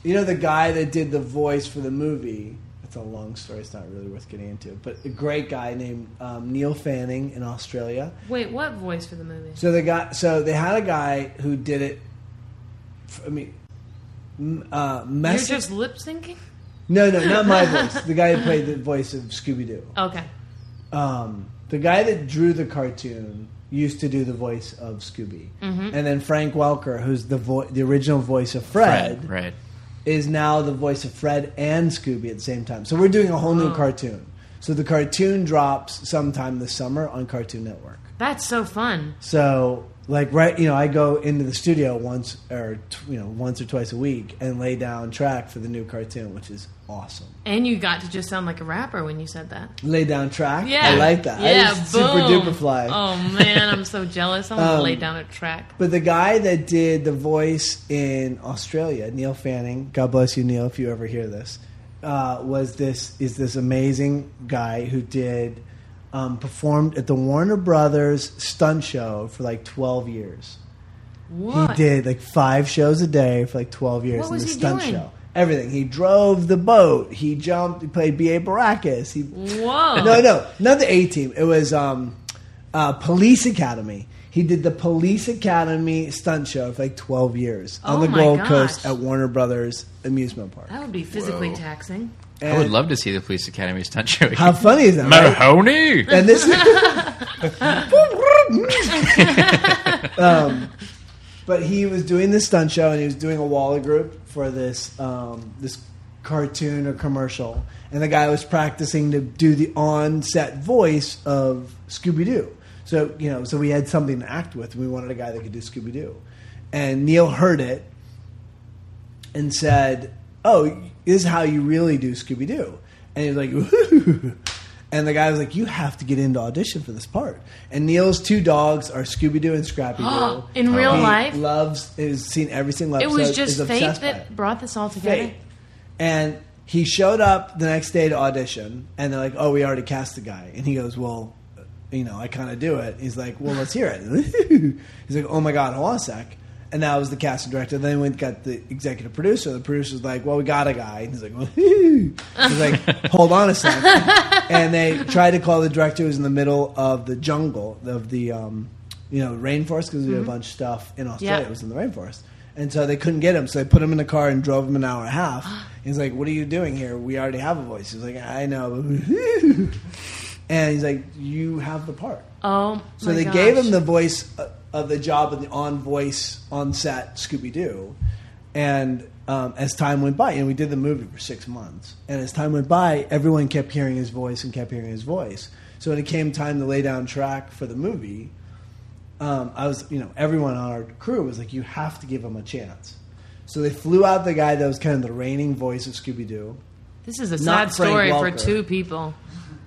Speaker 4: you know the guy that did the voice for the movie. It's a long story. It's not really worth getting into. But a great guy named um, Neil Fanning in Australia.
Speaker 3: Wait, what voice for the movie?
Speaker 4: So they got. So they had a guy who did it. f- I mean, m- uh,
Speaker 3: You're
Speaker 4: mess.
Speaker 3: just lip syncing?
Speaker 4: no, no, not my voice. The guy who played the voice of Scooby Doo.
Speaker 3: Okay.
Speaker 4: um, the guy that drew the cartoon used to do the voice of Scooby,
Speaker 3: Mm-hmm.
Speaker 4: and then Frank Welker, who's the vo- the original voice of Fred,
Speaker 2: Fred, right?
Speaker 4: is now the voice of Fred and Scooby at the same time. So we're doing a whole new cartoon. So the cartoon drops sometime this summer on Cartoon Network.
Speaker 3: That's so fun.
Speaker 4: So like right, you know, I go into the studio once or tw- you know once or twice a week and lay down track for the new cartoon, which is awesome.
Speaker 3: And you got to just sound like a rapper when you said that.
Speaker 4: Lay down track,
Speaker 3: Yeah.
Speaker 4: I like that. I
Speaker 3: Yeah,
Speaker 4: was super
Speaker 3: boom.
Speaker 4: duper fly.
Speaker 3: Oh, man, I'm so jealous. I want to
Speaker 4: Um,
Speaker 3: lay down a track.
Speaker 4: But the guy that did the voice in Australia, Neil Fanning, God bless you, Neil, if you ever hear this, uh, was this is this amazing guy who did um, performed at the Warner Brothers stunt show for like twelve years.
Speaker 3: What?
Speaker 4: He did like five shows a day for like twelve years
Speaker 3: What
Speaker 4: in
Speaker 3: was
Speaker 4: the
Speaker 3: he
Speaker 4: stunt
Speaker 3: doing?
Speaker 4: show. Everything. He drove the boat. He jumped. He played B.A. Baracus. He
Speaker 3: Whoa.
Speaker 4: no, no, not the A team. It was um, uh, Police Academy. He did the Police Academy stunt show for like 12 years
Speaker 3: Oh
Speaker 4: on the
Speaker 3: my
Speaker 4: Gold
Speaker 3: gosh. Oh.
Speaker 4: Coast at Warner Brothers Amusement Park.
Speaker 3: That would be physically
Speaker 2: Whoa.
Speaker 3: taxing.
Speaker 2: I would
Speaker 4: And
Speaker 2: love to see the Police Academy stunt show. again.
Speaker 4: How funny is that? right?
Speaker 2: Mahoney.
Speaker 4: And this um, but he was doing this stunt show and he was doing a Walla group for this um, this cartoon or commercial, and the guy was practicing to do the on-set voice of Scooby Doo. So you know, so we had something to act with. We wanted a guy that could do Scooby Doo, and Neil heard it and said, "Oh, this is how you really do Scooby Doo." And he was like, "Woo!" and the guy was like, "You have to get into audition for this part." And Neil's two dogs are Scooby Doo and Scrappy Doo.
Speaker 3: In real
Speaker 4: He
Speaker 3: life?
Speaker 4: loves has seen every single
Speaker 3: It
Speaker 4: episode.
Speaker 3: was
Speaker 4: is
Speaker 3: just fate
Speaker 4: obsessed by it
Speaker 3: that brought this all together.
Speaker 4: fake. And he showed up the next day to audition, and they're like, "Oh, we already cast the guy." And he goes, "Well, you know, I kind of do it." He's like, "Well, let's hear it." He's like, "Oh my god, hold on a sec." And that was the casting director. Then we got the executive producer. The producer's like, "Well, we got a guy." And he's like, "Woo-hoo." "He's like, hold on a sec." and they tried to call the director who was in the middle of the jungle of the, um, you know, rainforest because we did a bunch of stuff in Australia.
Speaker 3: Yeah.
Speaker 4: It was was in the rainforest. And so they couldn't get him, so they put him in a car and drove him an hour and a half. He's like, What are you doing here? We already have a voice. He's like, I know. and he's like, You have the part.
Speaker 3: Oh,
Speaker 4: So
Speaker 3: my
Speaker 4: they gave
Speaker 3: gosh.
Speaker 4: him the voice uh, of the job of the on voice, on set Scooby Doo. And um, as time went by, and we did the movie for six months, and as time went by, everyone kept hearing his voice and kept hearing his voice. So when it came time to lay down track for the movie, um, I was, you know, everyone on our crew was like, you have to give him a chance. So they flew out the guy that was kind of the reigning voice of Scooby Doo.
Speaker 3: This is a
Speaker 4: Not
Speaker 3: sad
Speaker 4: Frank
Speaker 3: story for
Speaker 4: Welker.
Speaker 3: two people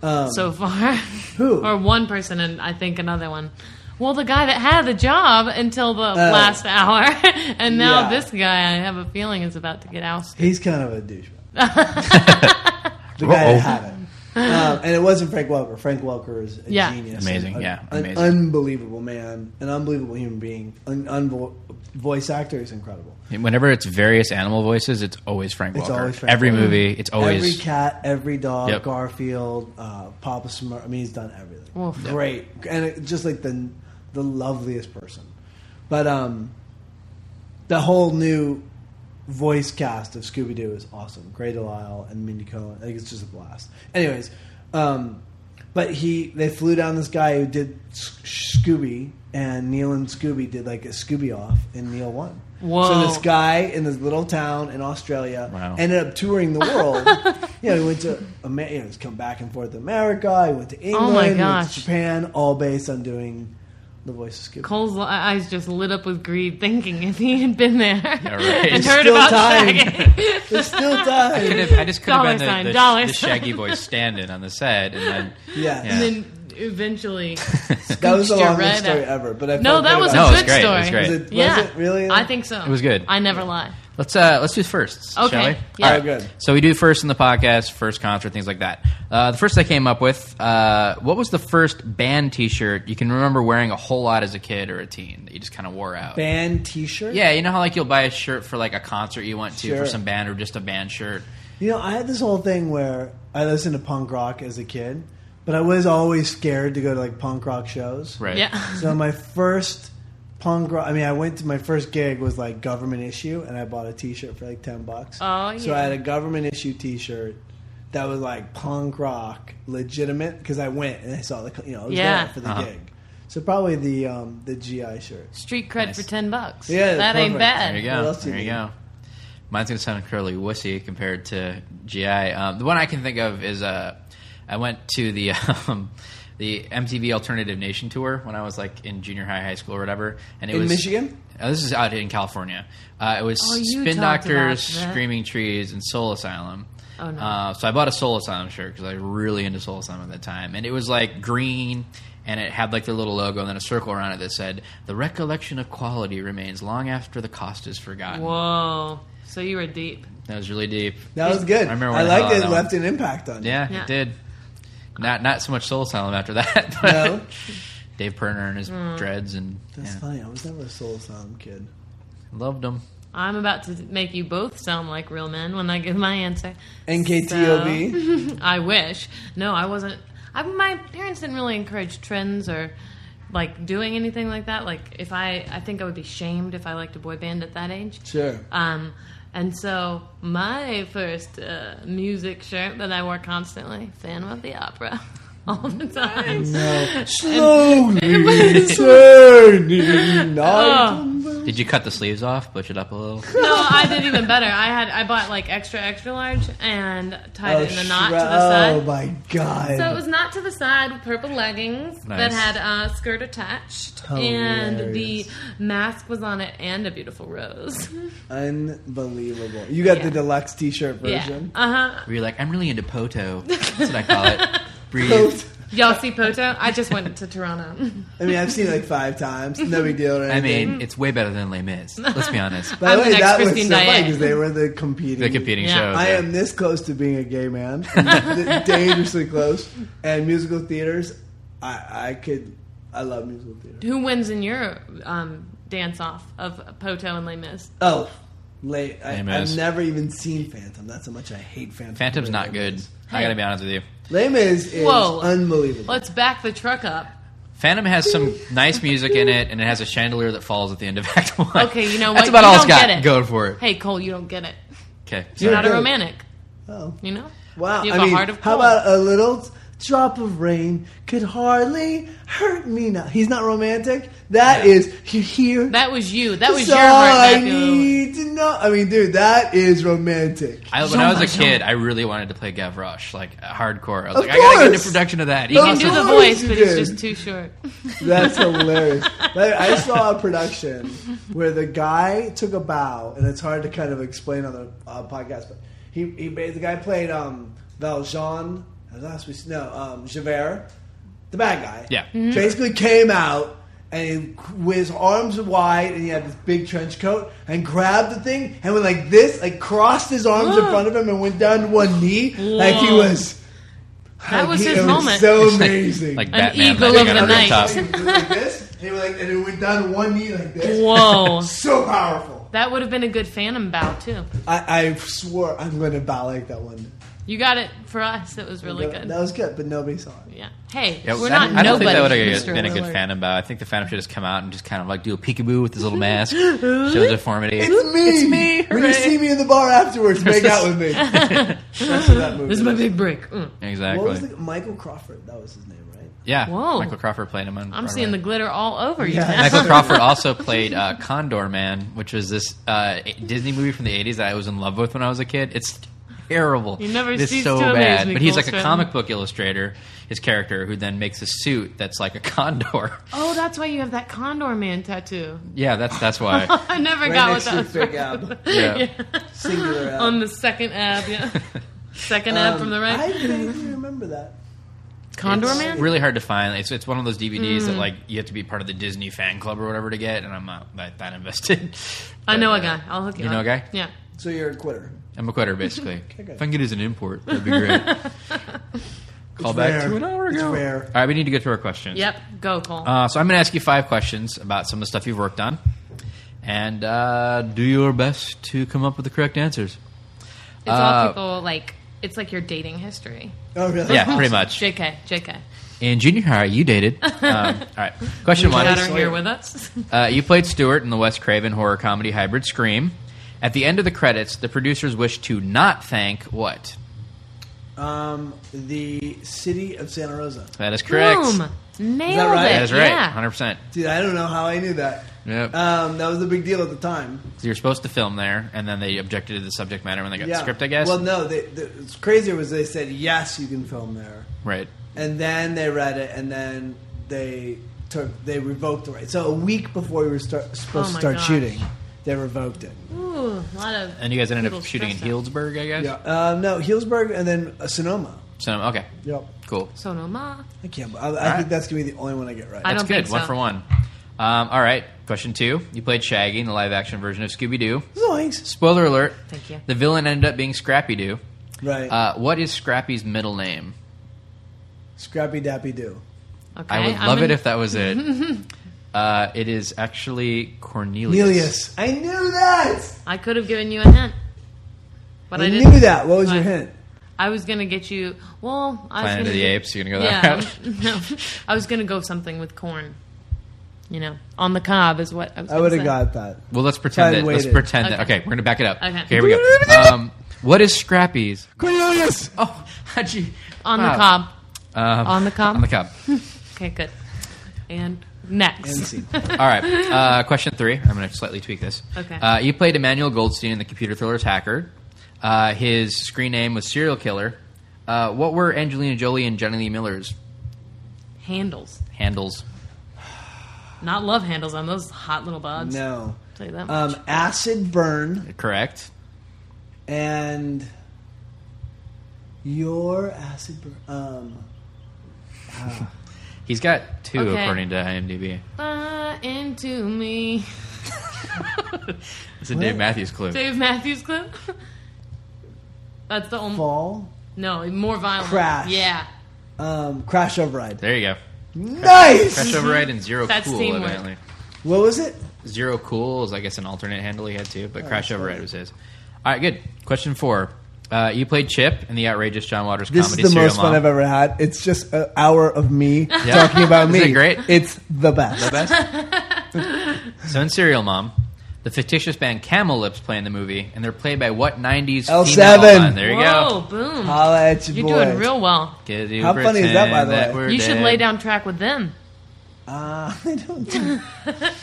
Speaker 4: Um,
Speaker 3: so far.
Speaker 4: Who?
Speaker 3: or one person, and I think another one. Well, the guy that had the job until the last hour, and now
Speaker 4: Oh. yeah.
Speaker 3: this guy, I have a feeling, is about to get ousted.
Speaker 4: He's kind of a douchebag. the guy
Speaker 2: Uh-oh.
Speaker 4: that had it. Um, and it wasn't Frank Welker. Frank Welker is a
Speaker 3: Yeah.
Speaker 4: genius.
Speaker 2: Amazing,
Speaker 4: An-
Speaker 2: yeah,
Speaker 4: An
Speaker 2: amazing.
Speaker 4: unbelievable man, an unbelievable human being, an unvo- voice actor is incredible.
Speaker 2: Whenever it's various animal voices, it's always Frank Walker.
Speaker 4: It's always Frank
Speaker 2: every
Speaker 4: Welker.
Speaker 2: movie, it's always
Speaker 4: Every cat, every dog,
Speaker 2: Yep.
Speaker 4: Garfield, uh, Papa Smurf. I mean, he's done everything.
Speaker 3: Oof. Yep.
Speaker 4: Great, and it, just like the the loveliest person. But um, the whole new voice cast of Scooby Doo is awesome. Gray Delisle and Mindy Cohen. Like it's just a blast. Anyways, um, but he they flew down this guy who did S- Scooby, and Neil and Scooby did like a Scooby off, and Neil won. So
Speaker 3: Whoa.
Speaker 4: this guy in this little town in Australia
Speaker 2: Wow.
Speaker 4: ended up touring the world. you know, he went to Amer- you know, he's come back and forth to America. He went to England.
Speaker 3: Oh my
Speaker 4: he went
Speaker 3: gosh.
Speaker 4: to Japan, all based on doing the voice of Scooby.
Speaker 3: Cole's li- eyes just lit up with greed, thinking if he had been there
Speaker 2: right.
Speaker 3: and
Speaker 2: It's
Speaker 3: heard
Speaker 4: still
Speaker 3: about
Speaker 4: time.
Speaker 3: Shaggy.
Speaker 4: There's still
Speaker 2: I,
Speaker 4: time.
Speaker 2: could have, I just could
Speaker 3: Dollar
Speaker 2: have been the,
Speaker 3: sign,
Speaker 2: the,
Speaker 3: dollar
Speaker 2: the
Speaker 3: sign.
Speaker 2: Shaggy Boy stand-in on the set, and then
Speaker 4: Yes.
Speaker 2: Yeah.
Speaker 3: and then eventually
Speaker 4: That was the
Speaker 3: scooched you
Speaker 4: longest
Speaker 3: right
Speaker 4: story
Speaker 3: out.
Speaker 4: ever. But I
Speaker 3: No,
Speaker 4: felt
Speaker 3: that
Speaker 4: good
Speaker 3: was a
Speaker 4: about
Speaker 2: No, it was
Speaker 3: good
Speaker 2: great, it
Speaker 3: story.
Speaker 2: was great.
Speaker 4: Was it- was
Speaker 3: yeah,
Speaker 4: it really?
Speaker 3: I think so. It
Speaker 2: was good.
Speaker 3: I never lie.
Speaker 2: Let's uh let's do firsts.
Speaker 3: Okay.
Speaker 2: Shall we?
Speaker 3: Yeah.
Speaker 2: All right.
Speaker 4: Good.
Speaker 2: So we do first in the podcast, first concert, things like that. Uh, the first I came up with, uh, what was the first band T-shirt you can remember wearing a whole lot as a kid or a teen that you just kind of wore out?
Speaker 4: band T-shirt.
Speaker 2: Yeah, you know how like you'll buy a shirt for like a concert you went to for
Speaker 4: Sure.
Speaker 2: some band or just a band shirt.
Speaker 4: You know, I had this whole thing where I listened to punk rock as a kid, but I was always scared to go to like punk rock shows.
Speaker 2: Right.
Speaker 3: Yeah.
Speaker 4: So my first punk rock, I mean, I went to my first gig was like government issue, and I bought a T-shirt for like ten bucks.
Speaker 3: Oh,
Speaker 4: So
Speaker 3: yeah.
Speaker 4: I had a government issue T-shirt that was like punk rock, legitimate, because I went and I saw the you know I was
Speaker 3: Yeah.
Speaker 4: there for the
Speaker 2: Uh-huh.
Speaker 4: gig. So probably the um, the GI shirt.
Speaker 3: Street cred
Speaker 2: Nice.
Speaker 3: for ten bucks.
Speaker 4: Yeah,
Speaker 3: that ain't
Speaker 4: perfect.
Speaker 2: There you
Speaker 3: bad.
Speaker 2: go.
Speaker 4: What else do you
Speaker 2: there you
Speaker 4: need?
Speaker 2: go. Mine's gonna sound incredibly wussy compared to GI. Um, the one I can think of is uh, I went to the um, the MTV Alternative Nation tour when I was like in junior high, high school, or whatever. And it
Speaker 4: In
Speaker 2: was
Speaker 4: Michigan?
Speaker 2: Oh, this is out in California. Uh, it was
Speaker 3: Oh, you
Speaker 2: Spin
Speaker 3: talked about
Speaker 2: Doctors,
Speaker 3: that.
Speaker 2: Screaming Trees, and Soul Asylum.
Speaker 3: Oh, no.
Speaker 2: Uh, so I bought a Soul Asylum shirt because I was really into Soul Asylum at that time, and it was like green, and it had like their little logo and then a circle around it that said, "The recollection of quality remains long after the cost is forgotten."
Speaker 3: Whoa. So you were deep.
Speaker 2: That was really deep.
Speaker 4: That was good.
Speaker 2: I
Speaker 4: I,
Speaker 2: remember when I
Speaker 4: liked
Speaker 2: saw
Speaker 4: it.
Speaker 2: that
Speaker 4: It left an impact on you.
Speaker 2: Yeah,
Speaker 3: Yeah.
Speaker 2: it did. Not not so much Soul Asylum after that. But
Speaker 4: No?
Speaker 2: Dave Perner and his
Speaker 3: Mm.
Speaker 2: dreads and
Speaker 4: That's
Speaker 2: yeah,
Speaker 4: funny. I was never a soul sound kid.
Speaker 2: loved them.
Speaker 3: I'm about to make you both sound like real men when I give my answer.
Speaker 4: NKTOB.
Speaker 3: So- I wish. No, I wasn't. I, my parents didn't really encourage trends or like doing anything like that. Like if I, I think I would be shamed if I liked a boy band at that age.
Speaker 4: Sure.
Speaker 3: Um, and so my first uh, music shirt that I wore constantly, Phantom of the Opera, all the time.
Speaker 4: No. Slowly turning night.
Speaker 2: Did you cut the sleeves off? Butch it up a little.
Speaker 3: No, I did even better. I had I bought like extra extra large and tied it in a knot
Speaker 4: shre-
Speaker 3: to the side.
Speaker 4: oh my god.
Speaker 3: So it was not to the side with purple leggings
Speaker 2: Nice.
Speaker 3: that had a skirt attached, and the
Speaker 4: Hilarious.
Speaker 3: mask was on it, and a beautiful rose.
Speaker 4: Unbelievable. You got
Speaker 3: Yeah.
Speaker 4: the deluxe t shirt version.
Speaker 3: Yeah. Uh huh.
Speaker 2: Were you like, I'm really into poto. That's what I call it. Breathe.
Speaker 3: Y'all see Poto? I just went to Toronto.
Speaker 4: I mean, I've seen it like five times. No big deal. Or
Speaker 2: I
Speaker 4: anything.
Speaker 2: mean, it's way better than Les Mis. Let's be honest.
Speaker 4: by
Speaker 3: I'm the
Speaker 4: the way,
Speaker 3: next
Speaker 4: that was
Speaker 3: Christine
Speaker 4: so funny
Speaker 3: Diane.
Speaker 4: because they were the competing.
Speaker 2: The competing
Speaker 3: Yeah.
Speaker 2: shows.
Speaker 4: I
Speaker 2: yeah.
Speaker 4: am this close to being a gay man, D- dangerously close. And musical theaters, I, I could, I love musical theater.
Speaker 3: Who wins in your um, dance off of Poto and Les Mis?
Speaker 4: Oh, late. I,
Speaker 2: Lame
Speaker 4: I've
Speaker 2: is.
Speaker 4: never even seen Phantom. That's how much I hate Phantom.
Speaker 2: Phantom's not
Speaker 4: Lame
Speaker 2: good.
Speaker 4: Is.
Speaker 2: I gotta be honest with you.
Speaker 4: Lame is, is
Speaker 3: Whoa.
Speaker 4: unbelievable.
Speaker 3: Let's back the truck up.
Speaker 2: Phantom has some nice music in it, and it has a chandelier that falls at the end of Act One.
Speaker 3: Okay, you know what?
Speaker 2: That's about
Speaker 3: You
Speaker 2: all
Speaker 3: don't
Speaker 2: it's got
Speaker 3: get it.
Speaker 2: going for it.
Speaker 3: Hey Cole, you don't get it.
Speaker 2: Okay,
Speaker 3: You're
Speaker 2: sorry.
Speaker 3: not a
Speaker 4: Yeah.
Speaker 3: romantic.
Speaker 4: oh,
Speaker 3: You know?
Speaker 4: wow.
Speaker 3: You have
Speaker 4: I
Speaker 3: a
Speaker 4: mean,
Speaker 3: heart of
Speaker 4: how
Speaker 3: gold.
Speaker 4: about a little drop of rain could hardly hurt me now? He's not romantic. That is you hear.
Speaker 3: That was you. That was
Speaker 4: so
Speaker 3: your heart.
Speaker 4: I
Speaker 3: Matthew.
Speaker 4: need to know. I mean, dude, that is romantic.
Speaker 2: I, when
Speaker 3: So
Speaker 2: I was a
Speaker 3: much
Speaker 2: kid, I really wanted to play Gavroche, like hardcore. I was
Speaker 4: Of
Speaker 2: like, I gotta get
Speaker 4: course.
Speaker 2: into production of that.
Speaker 3: You can
Speaker 4: Of
Speaker 3: do the
Speaker 4: course
Speaker 3: voice,
Speaker 4: you
Speaker 3: but it's
Speaker 4: did.
Speaker 3: just too short.
Speaker 4: That's hilarious. Like, I saw a production where the guy took a bow, and it's hard to kind of explain on the uh, podcast, but he, he made, the guy played um, Valjean, last we no um, Javert, the bad guy.
Speaker 2: Yeah.
Speaker 3: Mm-hmm.
Speaker 4: basically came out. And he, with his arms wide, and he had this big trench coat, and grabbed the thing, and went like this, like crossed his arms in front of him, and went down to one knee, like he
Speaker 3: Whoa.
Speaker 4: was.
Speaker 3: That was
Speaker 4: he-
Speaker 3: his
Speaker 4: it
Speaker 3: moment.
Speaker 4: so
Speaker 2: like-
Speaker 4: amazing.
Speaker 2: like
Speaker 3: An
Speaker 2: Batman,
Speaker 3: eagle
Speaker 2: like,
Speaker 3: of
Speaker 2: on
Speaker 3: the
Speaker 2: the
Speaker 3: night.
Speaker 2: top.
Speaker 4: He was like this, and he was like, and it went down to one knee like this.
Speaker 3: Whoa.
Speaker 4: So powerful.
Speaker 3: That would have been a good Phantom bow too.
Speaker 4: I, I swore I'm going to bow like that one.
Speaker 3: You got it for us. It was really
Speaker 4: that,
Speaker 3: good.
Speaker 4: That was good, but nobody saw it.
Speaker 3: yeah. Hey,
Speaker 2: Yeah,
Speaker 3: we're
Speaker 2: I,
Speaker 3: not
Speaker 2: I don't
Speaker 3: nobody.
Speaker 2: think that would have
Speaker 3: Mr.
Speaker 2: been a good
Speaker 3: Willard.
Speaker 2: Phantom bow. I think the Phantom should just come out and just kind of like do a peekaboo with his little mask, show his deformity.
Speaker 4: It's me.
Speaker 2: It's me.
Speaker 4: When you
Speaker 2: Hooray.
Speaker 4: see me in the bar afterwards, make out with me. That's what that movie.
Speaker 3: This is my
Speaker 4: was.
Speaker 3: big break. Mm.
Speaker 4: What was
Speaker 2: Exactly.
Speaker 4: the, Michael Crawford? That was his name, right?
Speaker 2: Yeah.
Speaker 3: Whoa.
Speaker 2: Michael Crawford played him on.
Speaker 3: I'm
Speaker 2: Broadway.
Speaker 3: seeing the glitter all over you.
Speaker 4: Yeah.
Speaker 3: Matt.
Speaker 2: Michael Crawford also played uh, Condor Man, which was this uh, Disney movie from the '80s that I was in love with when I was a kid. It's terrible.
Speaker 3: You never
Speaker 2: it's
Speaker 3: cease
Speaker 2: so
Speaker 3: to amaze
Speaker 2: bad.
Speaker 3: me,
Speaker 2: but he's like a
Speaker 3: Colson.
Speaker 2: comic book illustrator, his character, who then makes a suit that's like a condor.
Speaker 3: Oh, that's why you have that Condor Man tattoo.
Speaker 2: yeah, that's that's why.
Speaker 3: I never got
Speaker 4: Right
Speaker 3: what
Speaker 4: next to
Speaker 3: that was.
Speaker 4: his
Speaker 3: for.
Speaker 4: big ab.
Speaker 2: Yeah.
Speaker 4: Singular ab.
Speaker 3: On the second ab, yeah. Second ab
Speaker 4: Um,
Speaker 3: from the
Speaker 4: I
Speaker 3: right.
Speaker 4: vaguely remember that.
Speaker 3: Condor
Speaker 2: It's
Speaker 3: Man. Hmm.
Speaker 2: Really hard to find. It's it's one of those DVDs that like you have to be part of the Disney fan club or whatever to get, and I'm not that, that invested.
Speaker 3: I
Speaker 2: But,
Speaker 3: know
Speaker 2: uh,
Speaker 3: a guy. I'll hook you.
Speaker 2: you know
Speaker 3: up.
Speaker 2: a guy?
Speaker 3: Yeah.
Speaker 4: So you're a quitter.
Speaker 2: I'm a quitter basically.
Speaker 4: good.
Speaker 2: If I can get it as an import, that'd be great. Call
Speaker 4: It's
Speaker 2: back
Speaker 4: rare.
Speaker 2: to an hour
Speaker 4: It's
Speaker 2: ago.
Speaker 4: rare.
Speaker 2: All right, we need to get to our questions.
Speaker 3: Yep. Go, Cole.
Speaker 2: Uh, so I'm going to ask you five questions about some of the stuff you've worked on, and uh, do your best to come up with the correct answers.
Speaker 3: it's
Speaker 2: uh,
Speaker 3: all people like. It's like your dating history.
Speaker 4: Oh really?
Speaker 2: Yeah, pretty much.
Speaker 3: Jk. Jk.
Speaker 2: In junior high, you dated. Um, all right. Question
Speaker 3: Got
Speaker 2: one.
Speaker 3: her here with us.
Speaker 2: Uh, you played Stuart in the Wes Craven horror comedy hybrid Scream. At the end of the credits, the producers wish to not thank what?
Speaker 4: Um, the city of Santa Rosa.
Speaker 2: That is correct.
Speaker 3: Boom. Nailed
Speaker 4: that right?
Speaker 3: it.
Speaker 2: That is right.
Speaker 3: Yeah.
Speaker 2: 100%.
Speaker 4: Dude, I don't know how I knew that.
Speaker 2: Yep.
Speaker 4: Um, that was a big deal at the time.
Speaker 2: so you're supposed to film there, and then they objected to the subject matter when they got the script, I guess?
Speaker 4: Well, no. They, the, what's crazier was they said yes, you can film there,
Speaker 2: right.
Speaker 4: and then they read it, and then they took they revoked the right. So a week before we were start,
Speaker 3: Oh
Speaker 4: supposed to
Speaker 3: my
Speaker 4: start
Speaker 3: gosh.
Speaker 4: shooting, they revoked it.
Speaker 3: Ooh, a lot of.
Speaker 2: And you guys ended up
Speaker 3: people
Speaker 2: shooting in
Speaker 3: stressed out.
Speaker 2: Healdsburg, I guess?
Speaker 4: Yeah. Um, no, Hillsburg, and then uh, Sonoma.
Speaker 2: So, okay.
Speaker 4: Yep.
Speaker 2: Cool.
Speaker 3: Sonoma.
Speaker 4: I can't. I, I
Speaker 2: right.
Speaker 4: think that's gonna be the only one I get right.
Speaker 3: I
Speaker 2: That's
Speaker 3: don't
Speaker 2: good.
Speaker 3: think
Speaker 2: One
Speaker 3: so.
Speaker 2: for one. Um, all right. Question two. You played Shaggy in the live action version of Scooby Doo.
Speaker 4: Zoinks.
Speaker 2: Spoiler alert.
Speaker 3: Thank you.
Speaker 2: The villain ended up being Scrappy Doo.
Speaker 4: Right.
Speaker 2: Uh, what is Scrappy's middle name?
Speaker 4: Scrappy Dappy Doo.
Speaker 3: Okay.
Speaker 2: I would
Speaker 3: I'm
Speaker 2: love
Speaker 3: in-
Speaker 2: it if that was it. uh, it is actually Cornelius.
Speaker 4: Cornelius. I knew that.
Speaker 3: I could have given you a hint, but I,
Speaker 4: I
Speaker 3: didn't.
Speaker 4: knew that. What was your
Speaker 3: Right.
Speaker 4: hint?
Speaker 3: I was gonna get you. Well, I
Speaker 2: Planet
Speaker 3: was gonna
Speaker 2: of the
Speaker 3: get-
Speaker 2: Apes. You're gonna go that
Speaker 3: Yeah,
Speaker 2: route.
Speaker 3: no, I was gonna go something with corn. You know, on the cob is what I was.
Speaker 4: I
Speaker 3: gonna
Speaker 4: would have
Speaker 3: say.
Speaker 4: got that.
Speaker 2: Well, let's pretend
Speaker 4: I
Speaker 2: that. Let's
Speaker 4: waited.
Speaker 2: pretend that.
Speaker 3: Okay.
Speaker 2: Okay, we're gonna back it up.
Speaker 3: Okay.
Speaker 2: here we go. Um, what is Scrappy's?
Speaker 4: Cornelius.
Speaker 2: Oh, how'd you?
Speaker 3: on
Speaker 2: wow.
Speaker 3: the cob.
Speaker 2: Um,
Speaker 3: On the cob?
Speaker 2: On the cob.
Speaker 3: Okay, good. And next,
Speaker 4: And scene.
Speaker 2: All right. Uh, question three. I'm going to slightly tweak this.
Speaker 3: Okay.
Speaker 2: Uh, you played Emmanuel Goldstein in the computer thriller Hacker. Uh, his screen name was Serial Killer. Uh, what were Angelina Jolie and Johnny Lee Miller's
Speaker 3: handles,
Speaker 2: handles?
Speaker 3: not love handles on those hot little bugs.
Speaker 4: No.
Speaker 3: Tell you that much.
Speaker 4: Um, acid burn
Speaker 2: Correct.
Speaker 4: and your acid burn. Um,
Speaker 2: He's got two,
Speaker 3: Okay.
Speaker 2: according to IMDb.
Speaker 3: Buy into me,
Speaker 2: It's a Dave
Speaker 4: What?
Speaker 2: Matthews clue.
Speaker 3: Dave Matthews clip. That's the only.
Speaker 4: fall.
Speaker 3: No, more violent.
Speaker 4: Crash.
Speaker 3: Yeah,
Speaker 4: Um, crash override.
Speaker 2: There you go. Crash
Speaker 4: Nice.
Speaker 2: override and zero
Speaker 3: Mm-hmm. That's
Speaker 2: cool.
Speaker 3: teamwork.
Speaker 2: Evidently,
Speaker 4: What was it?
Speaker 2: zero cool is I guess an alternate handle he had too, but crash
Speaker 4: Oh, that's
Speaker 2: override
Speaker 4: right.
Speaker 2: was his. All right, good. Question four. Uh, you played Chip in the outrageous John Waters
Speaker 4: This
Speaker 2: comedy
Speaker 4: is the
Speaker 2: Serial
Speaker 4: most fun
Speaker 2: Mom.
Speaker 4: I've ever had. It's just an hour of me talking about me.
Speaker 2: Isn't it great?
Speaker 4: It's the best.
Speaker 2: the best. so in Serial Mom, the fictitious band Camel Lips play in the movie, and they're played by what '90s female
Speaker 4: L7.
Speaker 2: band? There you
Speaker 3: Whoa,
Speaker 2: go.
Speaker 3: boom.
Speaker 4: Holla at you,
Speaker 3: You're
Speaker 4: boy.
Speaker 3: doing real well.
Speaker 2: Could you
Speaker 4: How funny is that, by the
Speaker 2: pretend
Speaker 4: way?
Speaker 2: we're
Speaker 3: You should
Speaker 2: dead?
Speaker 3: lay down track with them.
Speaker 4: Uh, I don't. do-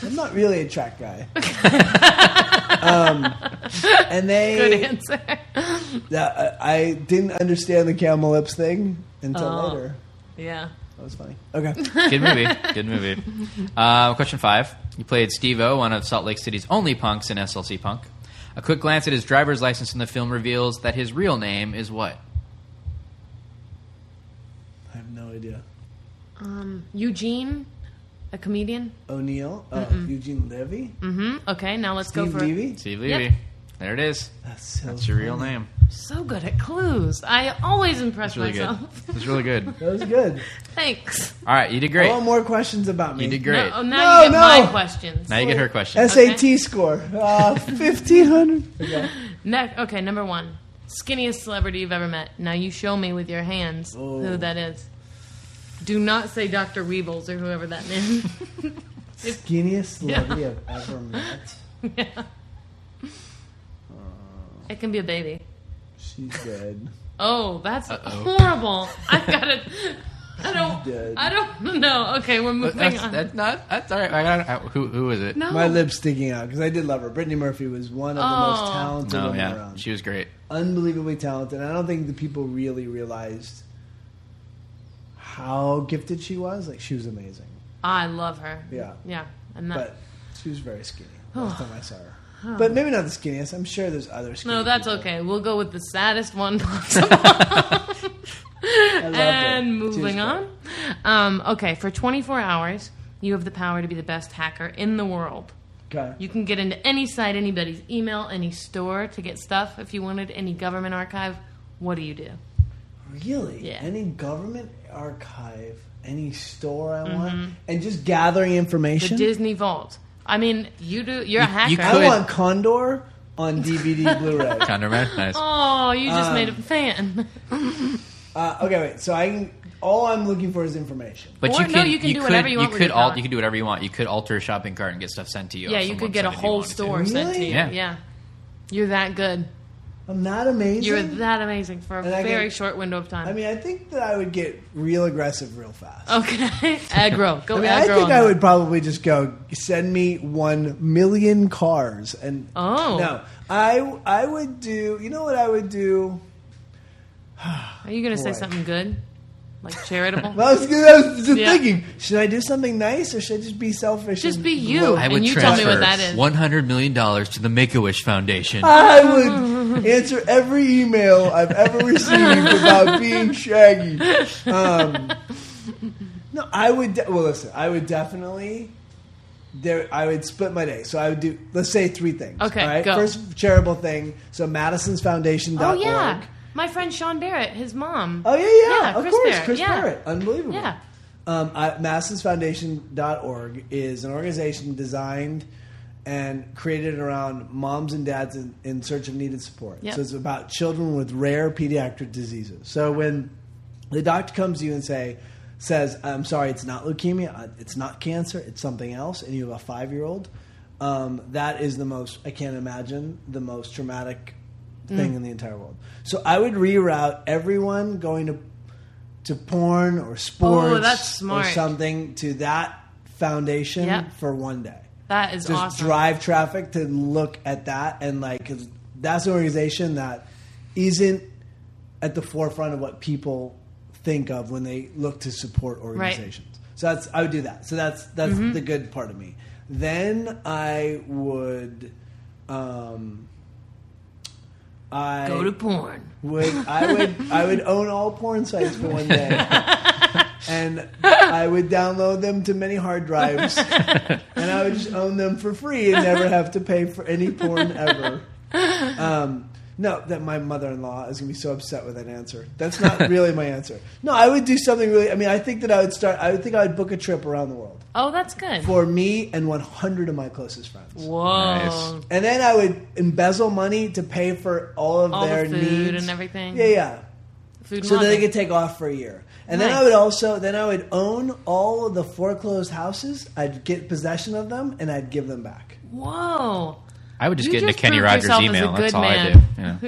Speaker 4: I'm not really a track guy. um, and they.
Speaker 3: Good answer.
Speaker 4: Yeah, I, I didn't understand the camel lips thing until
Speaker 3: Oh.
Speaker 4: later.
Speaker 3: yeah.
Speaker 4: That was funny. Okay.
Speaker 2: Good movie. Good movie. Uh, question five. You played Steve O, one of Salt Lake City's only punks in SLC Punk. A quick glance at his driver's license in the film reveals that his real name is what?
Speaker 4: I have no idea.
Speaker 3: Um, Eugene, a comedian.
Speaker 4: O'Neill? Oh, Eugene Levy?
Speaker 3: hmm Okay, now let's
Speaker 4: Steve
Speaker 3: go for.
Speaker 4: Levy?
Speaker 2: Steve
Speaker 3: Yep.
Speaker 2: Levy. There it is.
Speaker 4: That's, so
Speaker 2: That's your real
Speaker 4: funny.
Speaker 2: name.
Speaker 3: So good at clues. I always
Speaker 2: It's
Speaker 3: impress
Speaker 2: really good.
Speaker 3: myself.
Speaker 2: It's really good.
Speaker 4: That was good.
Speaker 3: Thanks.
Speaker 2: All right, you did great.
Speaker 4: I want more questions about me.
Speaker 2: You did great.
Speaker 3: No, oh, now
Speaker 4: No,
Speaker 3: you get
Speaker 4: no.
Speaker 3: my questions.
Speaker 2: Now you get her question.
Speaker 4: SAT
Speaker 3: Okay.
Speaker 4: score uh, 1500. Okay.
Speaker 3: Ne- okay, number one. Skinniest celebrity you've ever met. Now you show me with your hands
Speaker 4: Oh.
Speaker 3: who that is. Do not say Dr. Weebles or whoever that is.
Speaker 4: Skinniest celebrity I've ever met.
Speaker 3: yeah. It can be a baby.
Speaker 4: She's dead.
Speaker 3: Oh, that's
Speaker 2: Uh-oh.
Speaker 3: horrible. I've got it. I don't.
Speaker 4: dead.
Speaker 3: I don't know. Okay, we're
Speaker 2: But
Speaker 3: moving
Speaker 2: That's,
Speaker 3: on.
Speaker 2: that's not. That's all right. I got, I, who who is it?
Speaker 3: no.
Speaker 4: My lips sticking out because I did love her. Brittany Murphy was one of the
Speaker 3: Oh.
Speaker 4: most talented
Speaker 2: No,
Speaker 4: women
Speaker 2: yeah,
Speaker 4: around.
Speaker 2: she was great.
Speaker 4: unbelievably talented. I don't think the people really realized how gifted she was. Like she was amazing,
Speaker 3: I love her.
Speaker 4: Yeah.
Speaker 3: Yeah. And that.
Speaker 4: but she was very skinny last time I saw her. But maybe not the skinniest. I'm sure there's other skinny.
Speaker 3: no, that's
Speaker 4: people.
Speaker 3: okay. We'll go with the saddest one possible.
Speaker 4: loved it.
Speaker 3: and
Speaker 4: She was
Speaker 3: moving
Speaker 4: great.
Speaker 3: on. Um, okay, for 24 hours, you have the power to be the best hacker in the world.
Speaker 4: Okay.
Speaker 3: You can get into any site, anybody's email, any store to get stuff if you wanted, any government archive. What do you do?
Speaker 4: Really?
Speaker 3: Yeah.
Speaker 4: Any government archive, any store I
Speaker 3: Mm-hmm.
Speaker 4: want, and just gathering information.
Speaker 3: The Disney Vault. I mean, you do. You're a hacker.
Speaker 2: you
Speaker 4: I
Speaker 2: could-
Speaker 4: want Condor on DVD Blu-ray.
Speaker 2: Condor Man, nice.
Speaker 3: Oh, you just made a fan.
Speaker 4: Uh, okay, wait. So I can. All I'm looking for is information.
Speaker 2: But
Speaker 3: Or
Speaker 2: you can,
Speaker 3: no, you can do
Speaker 2: could,
Speaker 3: whatever you want with
Speaker 2: could
Speaker 3: your
Speaker 2: al-
Speaker 3: phone.
Speaker 2: you could do whatever you want. You could alter a shopping cart and get stuff sent to you.
Speaker 3: yeah,
Speaker 2: off
Speaker 3: you
Speaker 2: some
Speaker 3: could get a
Speaker 2: website if you
Speaker 3: whole
Speaker 2: wanted to.
Speaker 3: store sent to you.
Speaker 4: Really?
Speaker 2: Yeah.
Speaker 3: yeah, you're that good.
Speaker 4: I'm not amazing.
Speaker 3: You're that amazing for a
Speaker 4: And I
Speaker 3: very
Speaker 4: get-
Speaker 3: short window of time.
Speaker 4: I mean, I think that I would get real aggressive real fast.
Speaker 3: Oh, okay, aggro. Go
Speaker 4: I, mean,
Speaker 3: aggro.
Speaker 4: I think
Speaker 3: on
Speaker 4: I
Speaker 3: that.
Speaker 4: would probably just go send me one million cars and
Speaker 3: Oh.
Speaker 4: no, I I would do. You know what I would do?
Speaker 3: Are you going to say
Speaker 4: Boy.
Speaker 3: something good, like charitable?
Speaker 4: Well, I was, I was just
Speaker 3: Yeah.
Speaker 4: thinking, should I do something nice or should I just be selfish?
Speaker 3: Just
Speaker 4: and
Speaker 3: be you.
Speaker 4: blow-
Speaker 2: I
Speaker 3: And
Speaker 2: would
Speaker 3: you tell me
Speaker 2: transfer
Speaker 3: what that is.
Speaker 2: one hundred million dollars to the Make a Wish Foundation.
Speaker 4: I would answer every email I've ever received about being shaggy. Um, no, I would. De- well, listen, I would definitely. There, I would split my day. So I would do, let's say, three things.
Speaker 3: Okay,
Speaker 4: all right?
Speaker 3: go.
Speaker 4: First charitable thing. So Madison's Foundation.
Speaker 3: oh yeah, my friend Sean Barrett, his mom.
Speaker 4: Oh yeah, yeah,
Speaker 3: Yeah,
Speaker 4: of
Speaker 3: Chris
Speaker 4: course,
Speaker 3: Barrett,
Speaker 4: Chris
Speaker 3: yeah.
Speaker 4: Barrett, unbelievable.
Speaker 3: Yeah.
Speaker 4: Um, I, MassinsFoundation.org is an organization designed and created around moms and dads in, in search of needed support.
Speaker 3: Yep.
Speaker 4: So it's about children with rare pediatric diseases. So when the doctor comes to you and say, says, "I'm sorry, it's not leukemia, uh, it's not cancer, it's something else," and you have a five year old, um, that is the most I can't imagine the most traumatic
Speaker 3: Mm.
Speaker 4: thing in the entire world. So I would reroute everyone going to to porn or sports
Speaker 3: Oh, that's
Speaker 4: or
Speaker 3: smart.
Speaker 4: something to that foundation
Speaker 3: Yep.
Speaker 4: for one day.
Speaker 3: That is
Speaker 4: Just
Speaker 3: awesome.
Speaker 4: drive traffic to look at that and like 'cause that's an organization that isn't at the forefront of what people think of when they look to support organizations. So that's I would do that. So that's that's
Speaker 3: Mm-hmm.
Speaker 4: the good part of me. Then I would um I
Speaker 3: Go to porn.
Speaker 4: would I would I would own all porn sites for one day. And I would download them to many hard drives, and I would just own them for free and never have to pay for any porn ever. Um, no, that my mother-in-law is going to be so upset with that answer. That's not really my answer. No, I would do something really. I mean, I think that I would start. I would think I would book a trip around the world
Speaker 3: Oh, that's good.
Speaker 4: for me and 100 of my closest friends.
Speaker 3: Whoa.
Speaker 2: Nice.
Speaker 4: And then I would embezzle money to pay for all of
Speaker 3: All the
Speaker 4: their
Speaker 3: food
Speaker 4: needs
Speaker 3: and everything.
Speaker 4: Yeah, yeah.
Speaker 3: Food and
Speaker 4: So then they
Speaker 3: lodging.
Speaker 4: could take off for a year. And then I
Speaker 3: Nice.
Speaker 4: would also then I would own all of the foreclosed houses. I'd get possession of them and I'd give them back.
Speaker 3: Whoa.
Speaker 2: I would just
Speaker 3: You
Speaker 2: get into Kenny Rogers'
Speaker 3: proved yourself as a
Speaker 2: email.
Speaker 3: good
Speaker 2: That's all
Speaker 3: man.
Speaker 2: I do.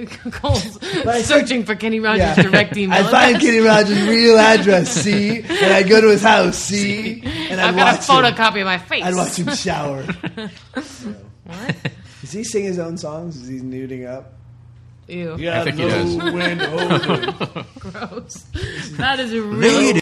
Speaker 2: Yeah.
Speaker 3: Cole's
Speaker 4: I said-
Speaker 3: searching for Kenny Rogers' direct email.
Speaker 4: I'd find
Speaker 3: address.
Speaker 4: Kenny Rogers' real address, see? And I'd go to his house, see? And I'd
Speaker 3: I've got a
Speaker 4: watch him.
Speaker 3: photocopy of my face.
Speaker 4: I'd watch him shower.
Speaker 3: What?
Speaker 4: Does he sing his own songs? Is he nuding up?
Speaker 3: Ew.
Speaker 4: Yeah,
Speaker 2: think he does.
Speaker 4: wind holding.
Speaker 3: Gross. That is a really.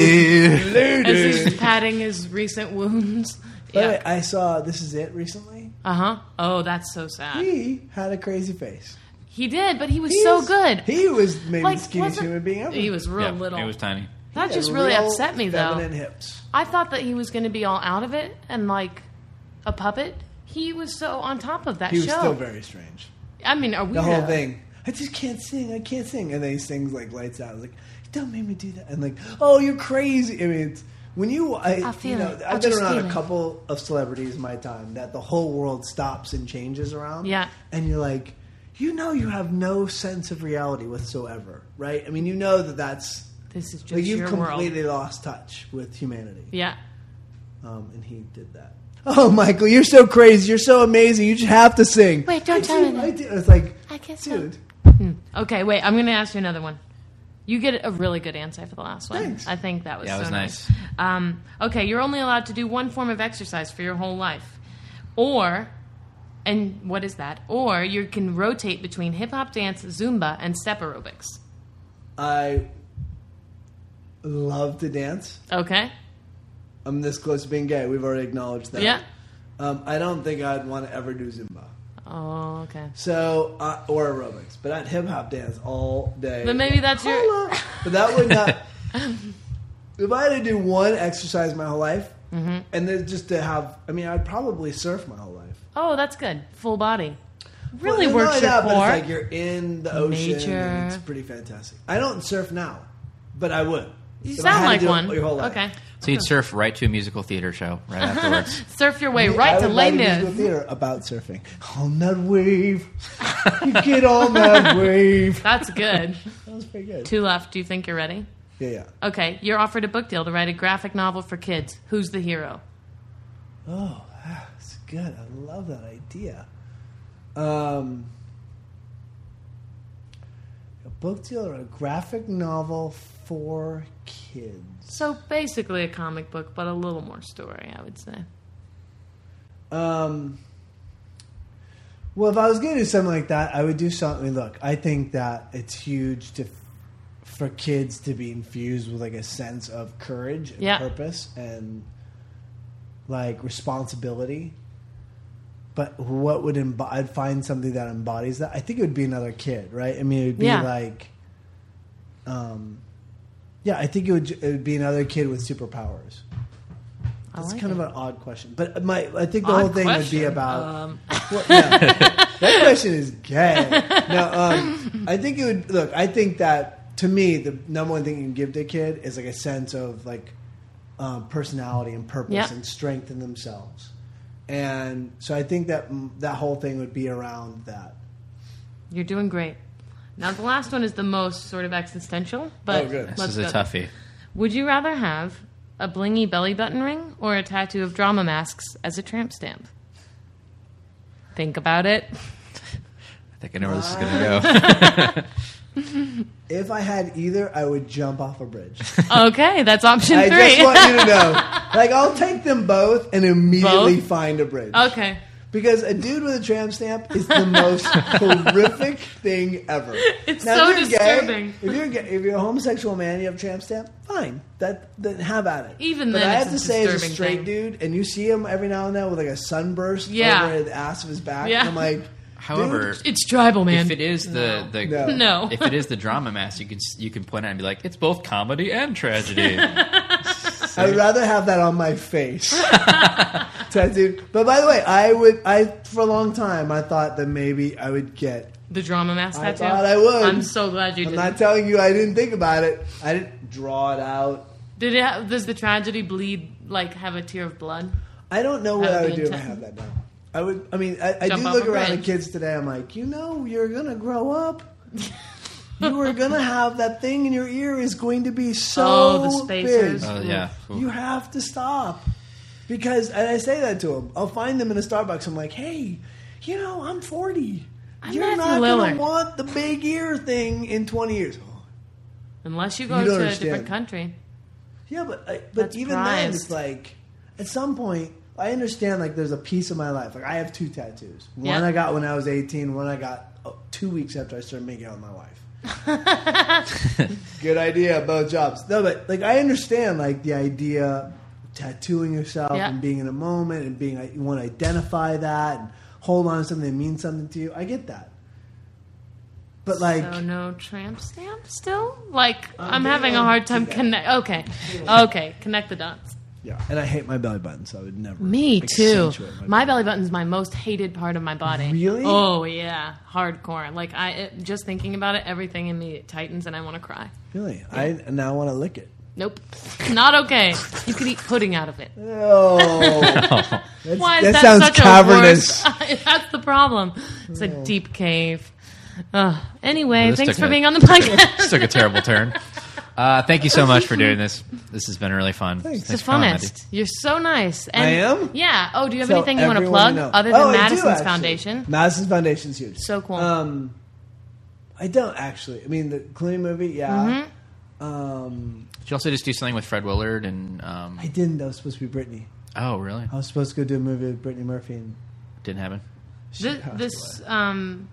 Speaker 3: As he's patting his recent wounds.
Speaker 4: By the
Speaker 3: Yeah.
Speaker 4: way, I saw This Is It recently.
Speaker 3: Uh huh. Oh, that's so sad.
Speaker 4: He had a crazy face.
Speaker 3: He did, but he was
Speaker 4: He
Speaker 3: so
Speaker 4: is-
Speaker 3: good.
Speaker 4: He was maybe
Speaker 3: Like,
Speaker 4: the skinniest
Speaker 3: wasn't-
Speaker 4: human being ever.
Speaker 3: He was real
Speaker 2: Yeah,
Speaker 3: little.
Speaker 2: It was tiny.
Speaker 3: that
Speaker 4: Yeah,
Speaker 3: just really
Speaker 4: real
Speaker 3: upset me, though.
Speaker 4: Feminine hips.
Speaker 3: I thought that he was going to be all out of it and like a puppet. He was so on top of that
Speaker 4: He was
Speaker 3: show.
Speaker 4: still very strange.
Speaker 3: I mean, a weirdo.
Speaker 4: The whole thing. I just can't sing. I can't sing. And then he sings like lights out. Like don't make me do that. And like oh you're crazy. I mean it's, when you I,
Speaker 3: I feel
Speaker 4: you know
Speaker 3: it. I
Speaker 4: I've been
Speaker 3: just
Speaker 4: around
Speaker 3: feel
Speaker 4: a
Speaker 3: it.
Speaker 4: couple of celebrities in my time that the whole world stops and changes around.
Speaker 3: Yeah.
Speaker 4: And you're like you know you have no sense of reality whatsoever, right? I mean you know that that's
Speaker 3: This is just
Speaker 4: like you've
Speaker 3: your world.
Speaker 4: completely lost touch with humanity.
Speaker 3: Yeah.
Speaker 4: Um, and he did that. Oh, Michael, you're so crazy. You're so amazing. You just have to sing.
Speaker 3: Wait, don't
Speaker 4: I
Speaker 3: tell
Speaker 4: do,
Speaker 3: me that.
Speaker 4: I do. It's like,
Speaker 3: I guess so.
Speaker 4: dude,
Speaker 3: Okay, wait. I'm going to ask you another one. You get a really good answer for the last one.
Speaker 4: Thanks.
Speaker 3: I think that was
Speaker 2: Yeah, it
Speaker 3: so
Speaker 2: was
Speaker 3: nice.
Speaker 2: nice.
Speaker 3: Um, okay, you're only allowed to do one form of exercise for your whole life, or and what is that? Or you can rotate between hip hop dance, Zumba, and step aerobics.
Speaker 4: I love to dance.
Speaker 3: Okay.
Speaker 4: I'm this close to being gay. We've already acknowledged that.
Speaker 3: Yeah.
Speaker 4: Um, I don't think I'd want to ever do Zumba.
Speaker 3: Oh, okay.
Speaker 4: So, uh, or aerobics, but I'd hip hop dance all day.
Speaker 3: But maybe that's your-
Speaker 4: Holla. But that would not. if I had to do one exercise my whole life,
Speaker 3: Mm-hmm.
Speaker 4: and then just to have, I mean, I'd probably surf my whole life.
Speaker 3: Oh, that's good. Full body. Really
Speaker 4: Well,
Speaker 3: works your
Speaker 4: not that, but
Speaker 3: core.
Speaker 4: It's like you're in the ocean. and
Speaker 3: Nature.
Speaker 4: It's pretty fantastic. I don't surf now, but I would.
Speaker 3: you
Speaker 4: If I had
Speaker 3: sound
Speaker 4: to
Speaker 3: like
Speaker 4: do it
Speaker 3: one.
Speaker 4: Your whole life.
Speaker 3: Okay.
Speaker 2: So you'd surf right to a musical theater show right afterwards.
Speaker 3: Surf your way
Speaker 4: I
Speaker 3: right to
Speaker 4: would write a musical
Speaker 3: Leyden.
Speaker 4: theater about surfing. On that wave, you get on that wave.
Speaker 3: That's good.
Speaker 4: That was pretty good.
Speaker 3: Two left. Do you think you're ready?
Speaker 4: Yeah, yeah.
Speaker 3: Okay, you're offered a book deal to write a graphic novel for kids. Who's the hero?
Speaker 4: Oh, that's good. I love that idea. Um, a book deal or a graphic novel for kids.
Speaker 3: So basically a comic book, but a little more story, I would say.
Speaker 4: Um, well, if I was going to do something like that, I would do something. Look, I think that it's huge to for kids to be infused with like a sense of courage and
Speaker 3: Yeah.
Speaker 4: purpose and like responsibility. But what would embo- I'd find something that embodies that? I think it would be another kid, right? I mean, it would be
Speaker 3: Yeah.
Speaker 4: like, um, yeah, I think it would it would be another kid with superpowers.
Speaker 3: I
Speaker 4: That's
Speaker 3: like
Speaker 4: kind
Speaker 3: it.
Speaker 4: of an odd question, but my I think the
Speaker 3: Odd
Speaker 4: whole thing would
Speaker 3: question.
Speaker 4: be
Speaker 3: Uh,
Speaker 4: about
Speaker 5: Um,
Speaker 4: well, no. that question is gay. No, um, I think it would look. I think that to me, the number one thing you can give to a kid is like a sense of like um, personality and purpose
Speaker 3: Yeah.
Speaker 4: and strength in themselves. And so I think that mm, that whole thing would be around that.
Speaker 3: You're doing great. Now the last one is the most sort of existential, but
Speaker 4: Oh, good.
Speaker 2: This
Speaker 3: let's
Speaker 2: is a
Speaker 3: go.
Speaker 2: toughie.
Speaker 3: Would you rather have a blingy belly button ring or a tattoo of drama masks as a tramp stamp? Think about it.
Speaker 2: I think I know where this is going to go.
Speaker 4: If I had either, I would jump off a bridge.
Speaker 3: Okay, that's option
Speaker 4: I
Speaker 3: three.
Speaker 4: just want you to know. Like I'll take them both and immediately
Speaker 3: Both? Oh.
Speaker 4: find a bridge.
Speaker 3: okay.
Speaker 4: Because a dude with a tramp stamp is the most horrific thing ever.
Speaker 3: It's so
Speaker 4: if you're gay-
Speaker 3: disturbing.
Speaker 4: if you're gay, if you're a homosexual man, and you have a tramp stamp. Fine, that then have at it.
Speaker 3: Even
Speaker 4: but
Speaker 3: then,
Speaker 4: I
Speaker 3: it's
Speaker 4: have
Speaker 3: a
Speaker 4: to say, as a
Speaker 3: disturbing
Speaker 4: straight
Speaker 3: thing.
Speaker 4: dude, and you see him every now and then with like a sunburst
Speaker 3: Yeah.
Speaker 4: over the ass of his back.
Speaker 3: Yeah.
Speaker 4: And I'm like,
Speaker 2: However,
Speaker 3: It's tribal, man.
Speaker 2: if it is the the
Speaker 4: No.
Speaker 3: No.
Speaker 2: if it is the drama mask, you can s- you can point out and be like, it's both comedy and tragedy.
Speaker 4: I'd rather have that on my face tattooed. But by the way, I would. I for a long time I thought that maybe I would get
Speaker 3: the drama mask
Speaker 4: I
Speaker 3: tattoo.
Speaker 4: thought I would.
Speaker 3: I'm so glad you
Speaker 4: I'm
Speaker 3: did.
Speaker 4: not telling you I didn't think about it. I didn't draw it out.
Speaker 3: Did it? Have, does the tragedy bleed? Like have a tear of blood?
Speaker 4: I don't know what
Speaker 3: That
Speaker 4: I
Speaker 3: would
Speaker 4: would
Speaker 3: be
Speaker 4: do if I
Speaker 3: intense.
Speaker 4: had that now. I would. I mean, I, I do
Speaker 3: Jump off
Speaker 4: look
Speaker 3: a
Speaker 4: around at
Speaker 3: bridge.
Speaker 4: kids today. I'm like, you know, you're gonna grow up. you are gonna have that thing in your ear is going to be so
Speaker 3: Oh, the spacers.
Speaker 4: big.
Speaker 2: Oh, yeah.
Speaker 4: You have to stop because, and I say that to them. I'll find them in a Starbucks. I'm like, hey, you know, I'm 40.
Speaker 3: I'm
Speaker 4: you're
Speaker 3: Matthew
Speaker 4: not gonna
Speaker 3: Lillard."
Speaker 4: want the big ear thing in 20 years. Oh,
Speaker 3: Unless you go
Speaker 4: You
Speaker 3: to
Speaker 4: don't
Speaker 3: a
Speaker 4: understand.
Speaker 3: different country.
Speaker 4: Yeah, but I, but
Speaker 3: That's
Speaker 4: even then,
Speaker 3: prized.
Speaker 4: it's like at some point, I understand like there's a piece of my life. Like I have two tattoos. One
Speaker 3: Yeah.
Speaker 4: I got when I was 18. One I got oh, two weeks after I started making out with my wife. Good idea, both jobs. No, but like I understand like the idea of tattooing yourself
Speaker 3: Yeah.
Speaker 4: and being in a moment and being you want to identify that and hold on to something that means something to you. I get that. But like
Speaker 3: so no tramp stamp still? Like I'm
Speaker 4: they
Speaker 3: having a
Speaker 4: don't
Speaker 3: hard
Speaker 4: do
Speaker 3: time
Speaker 4: that.
Speaker 3: connect. Okay, okay, connect the dots.
Speaker 4: yeah, and I hate my belly button, so I would never
Speaker 3: Me too.
Speaker 4: accentuate
Speaker 3: My belly button's my most hated part of my body.
Speaker 4: Really?
Speaker 3: Oh yeah, hardcore. Like I it, just thinking about it, everything in me tightens and I want to cry.
Speaker 4: Really? I now want to lick it.
Speaker 3: Nope, not okay. You could eat pudding out of it.
Speaker 4: Oh,
Speaker 3: Why is
Speaker 4: that
Speaker 3: that,
Speaker 4: sounds
Speaker 3: such
Speaker 4: cavernous.
Speaker 3: A worse, that's the problem. It's a deep cave. Ugh. anyway,
Speaker 2: Well, this
Speaker 3: thanks
Speaker 2: took
Speaker 3: for
Speaker 2: a-
Speaker 3: being on the podcast.
Speaker 2: this took a terrible turn. Uh, thank you so much for doing this. This has been really fun.
Speaker 4: Thanks.
Speaker 3: It's
Speaker 2: Thanks
Speaker 3: the
Speaker 2: for coming, Matthew.
Speaker 3: funnest. You're so nice. And
Speaker 4: I am?
Speaker 3: Yeah. Oh, do you have
Speaker 4: Tell
Speaker 3: anything you want to
Speaker 4: everyone
Speaker 3: plug
Speaker 4: know.
Speaker 3: other
Speaker 4: Oh,
Speaker 3: than
Speaker 4: I do,
Speaker 3: Madison's
Speaker 4: actually.
Speaker 3: Foundation?
Speaker 4: Madison's Foundation's huge.
Speaker 3: So cool.
Speaker 4: Um, I don't actually. I mean, the Clooney movie, yeah.
Speaker 3: Mm-hmm.
Speaker 4: Um,
Speaker 2: Did you also just do something with Fred Willard and? Um,
Speaker 4: I didn't. That was supposed to be Brittany.
Speaker 2: oh, really?
Speaker 4: I was supposed to go do a movie with Brittany Murphy, and
Speaker 2: Didn't happen.
Speaker 4: she
Speaker 3: Th-
Speaker 4: passed away.
Speaker 3: this, um,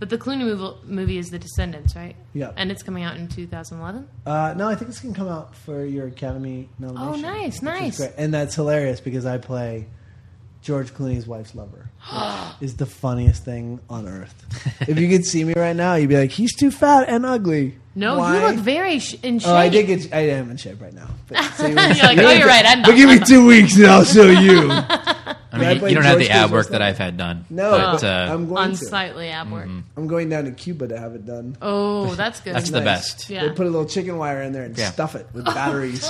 Speaker 3: but the Clooney mov- movie is The Descendants, right?
Speaker 4: Yeah.
Speaker 3: And it's coming out in 2011.
Speaker 4: Uh, no, I think it's gonna come out for your Academy nomination.
Speaker 3: Oh, nice,
Speaker 4: which is
Speaker 3: nice.
Speaker 4: great. And that's hilarious because I play George Clooney's wife's lover is the funniest thing on earth. If you could see me right now, you'd be like, he's too fat and ugly.
Speaker 3: No,
Speaker 4: Why?
Speaker 3: you look very sh- in shape.
Speaker 4: Oh, I did get. I am in shape right now. But, so you
Speaker 3: You're like, oh, you're right. I'm
Speaker 4: but
Speaker 3: not.
Speaker 4: give me two weeks and I'll show you.
Speaker 2: I
Speaker 4: I
Speaker 2: mean, you,
Speaker 4: played
Speaker 2: you don't have
Speaker 4: George
Speaker 2: the ab
Speaker 4: Clooney's
Speaker 2: work that
Speaker 4: last
Speaker 2: I've had done.
Speaker 4: No,
Speaker 2: but,
Speaker 4: but
Speaker 3: Oh,
Speaker 2: uh,
Speaker 4: I'm going to.
Speaker 3: Unsightly ab work.
Speaker 4: I'm going down to Cuba to have it done.
Speaker 3: Oh, that's good.
Speaker 2: Mm-hmm. that's the best.
Speaker 3: Yeah.
Speaker 4: They put a little chicken wire in there and
Speaker 2: Yeah.
Speaker 4: stuff it with batteries.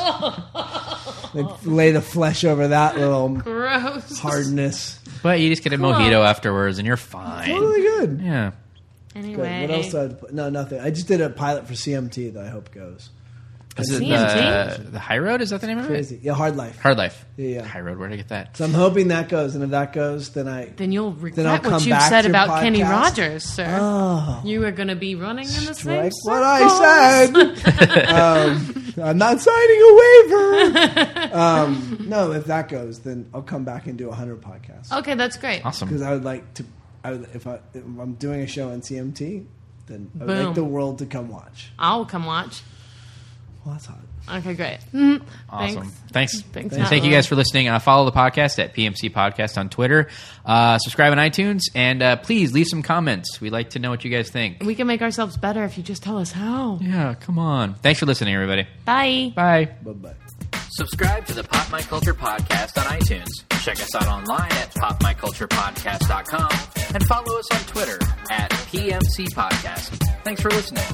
Speaker 4: they lay the flesh over that little
Speaker 3: Gross.
Speaker 4: hardness.
Speaker 2: But you just get a
Speaker 3: Cool.
Speaker 2: mojito afterwards, and you're fine.
Speaker 4: Totally good.
Speaker 2: Yeah.
Speaker 4: Good.
Speaker 3: Anyway.
Speaker 4: What else? Did I pl- no, nothing. I just did a pilot for CMT that I hope goes
Speaker 2: Is it
Speaker 3: TMT?
Speaker 2: the, the High Road? Is that the name of it?
Speaker 4: crazy. Yeah, hard life.
Speaker 2: Hard Life.
Speaker 4: Yeah.
Speaker 2: High Road. Where did I get that?
Speaker 4: So I'm hoping that goes, and if that goes, then I
Speaker 3: then you'll
Speaker 4: I'll
Speaker 3: regret
Speaker 4: come
Speaker 3: what you've
Speaker 4: back
Speaker 3: said
Speaker 4: to your
Speaker 3: about Kenny
Speaker 4: podcast.
Speaker 3: Rogers, sir.
Speaker 4: oh,
Speaker 3: you are going to be running in the same
Speaker 4: strike what I
Speaker 3: circles.
Speaker 4: said. um, I'm not signing a waiver. Um, no, if that goes, then I'll come back and do 100 podcasts.
Speaker 3: Okay, that's great.
Speaker 4: because
Speaker 2: Awesome.
Speaker 4: I would like to. I would, if I if I'm doing a show on CMT, then I would
Speaker 3: Boom.
Speaker 4: like the world to come watch.
Speaker 3: I'll come watch.
Speaker 4: Well, that's hot.
Speaker 3: Okay, great. Mm,
Speaker 2: Awesome. Thanks.
Speaker 3: Thanks. Thanks,
Speaker 2: And thank you
Speaker 3: Matt.
Speaker 2: guys for listening. Uh, follow the podcast at PMC Podcast on Twitter. Uh, subscribe on iTunes. And uh, please leave some comments. We like to know what you guys think.
Speaker 3: We can make ourselves better if you just tell us how.
Speaker 2: Yeah, come on. Thanks for listening, everybody.
Speaker 3: Bye.
Speaker 2: Bye.
Speaker 4: Bye bye.
Speaker 2: Subscribe to the Pop My Culture Podcast on iTunes. Check us out online at popmyculturepodcast.com and follow us on Twitter at PMC Podcast. Thanks for listening.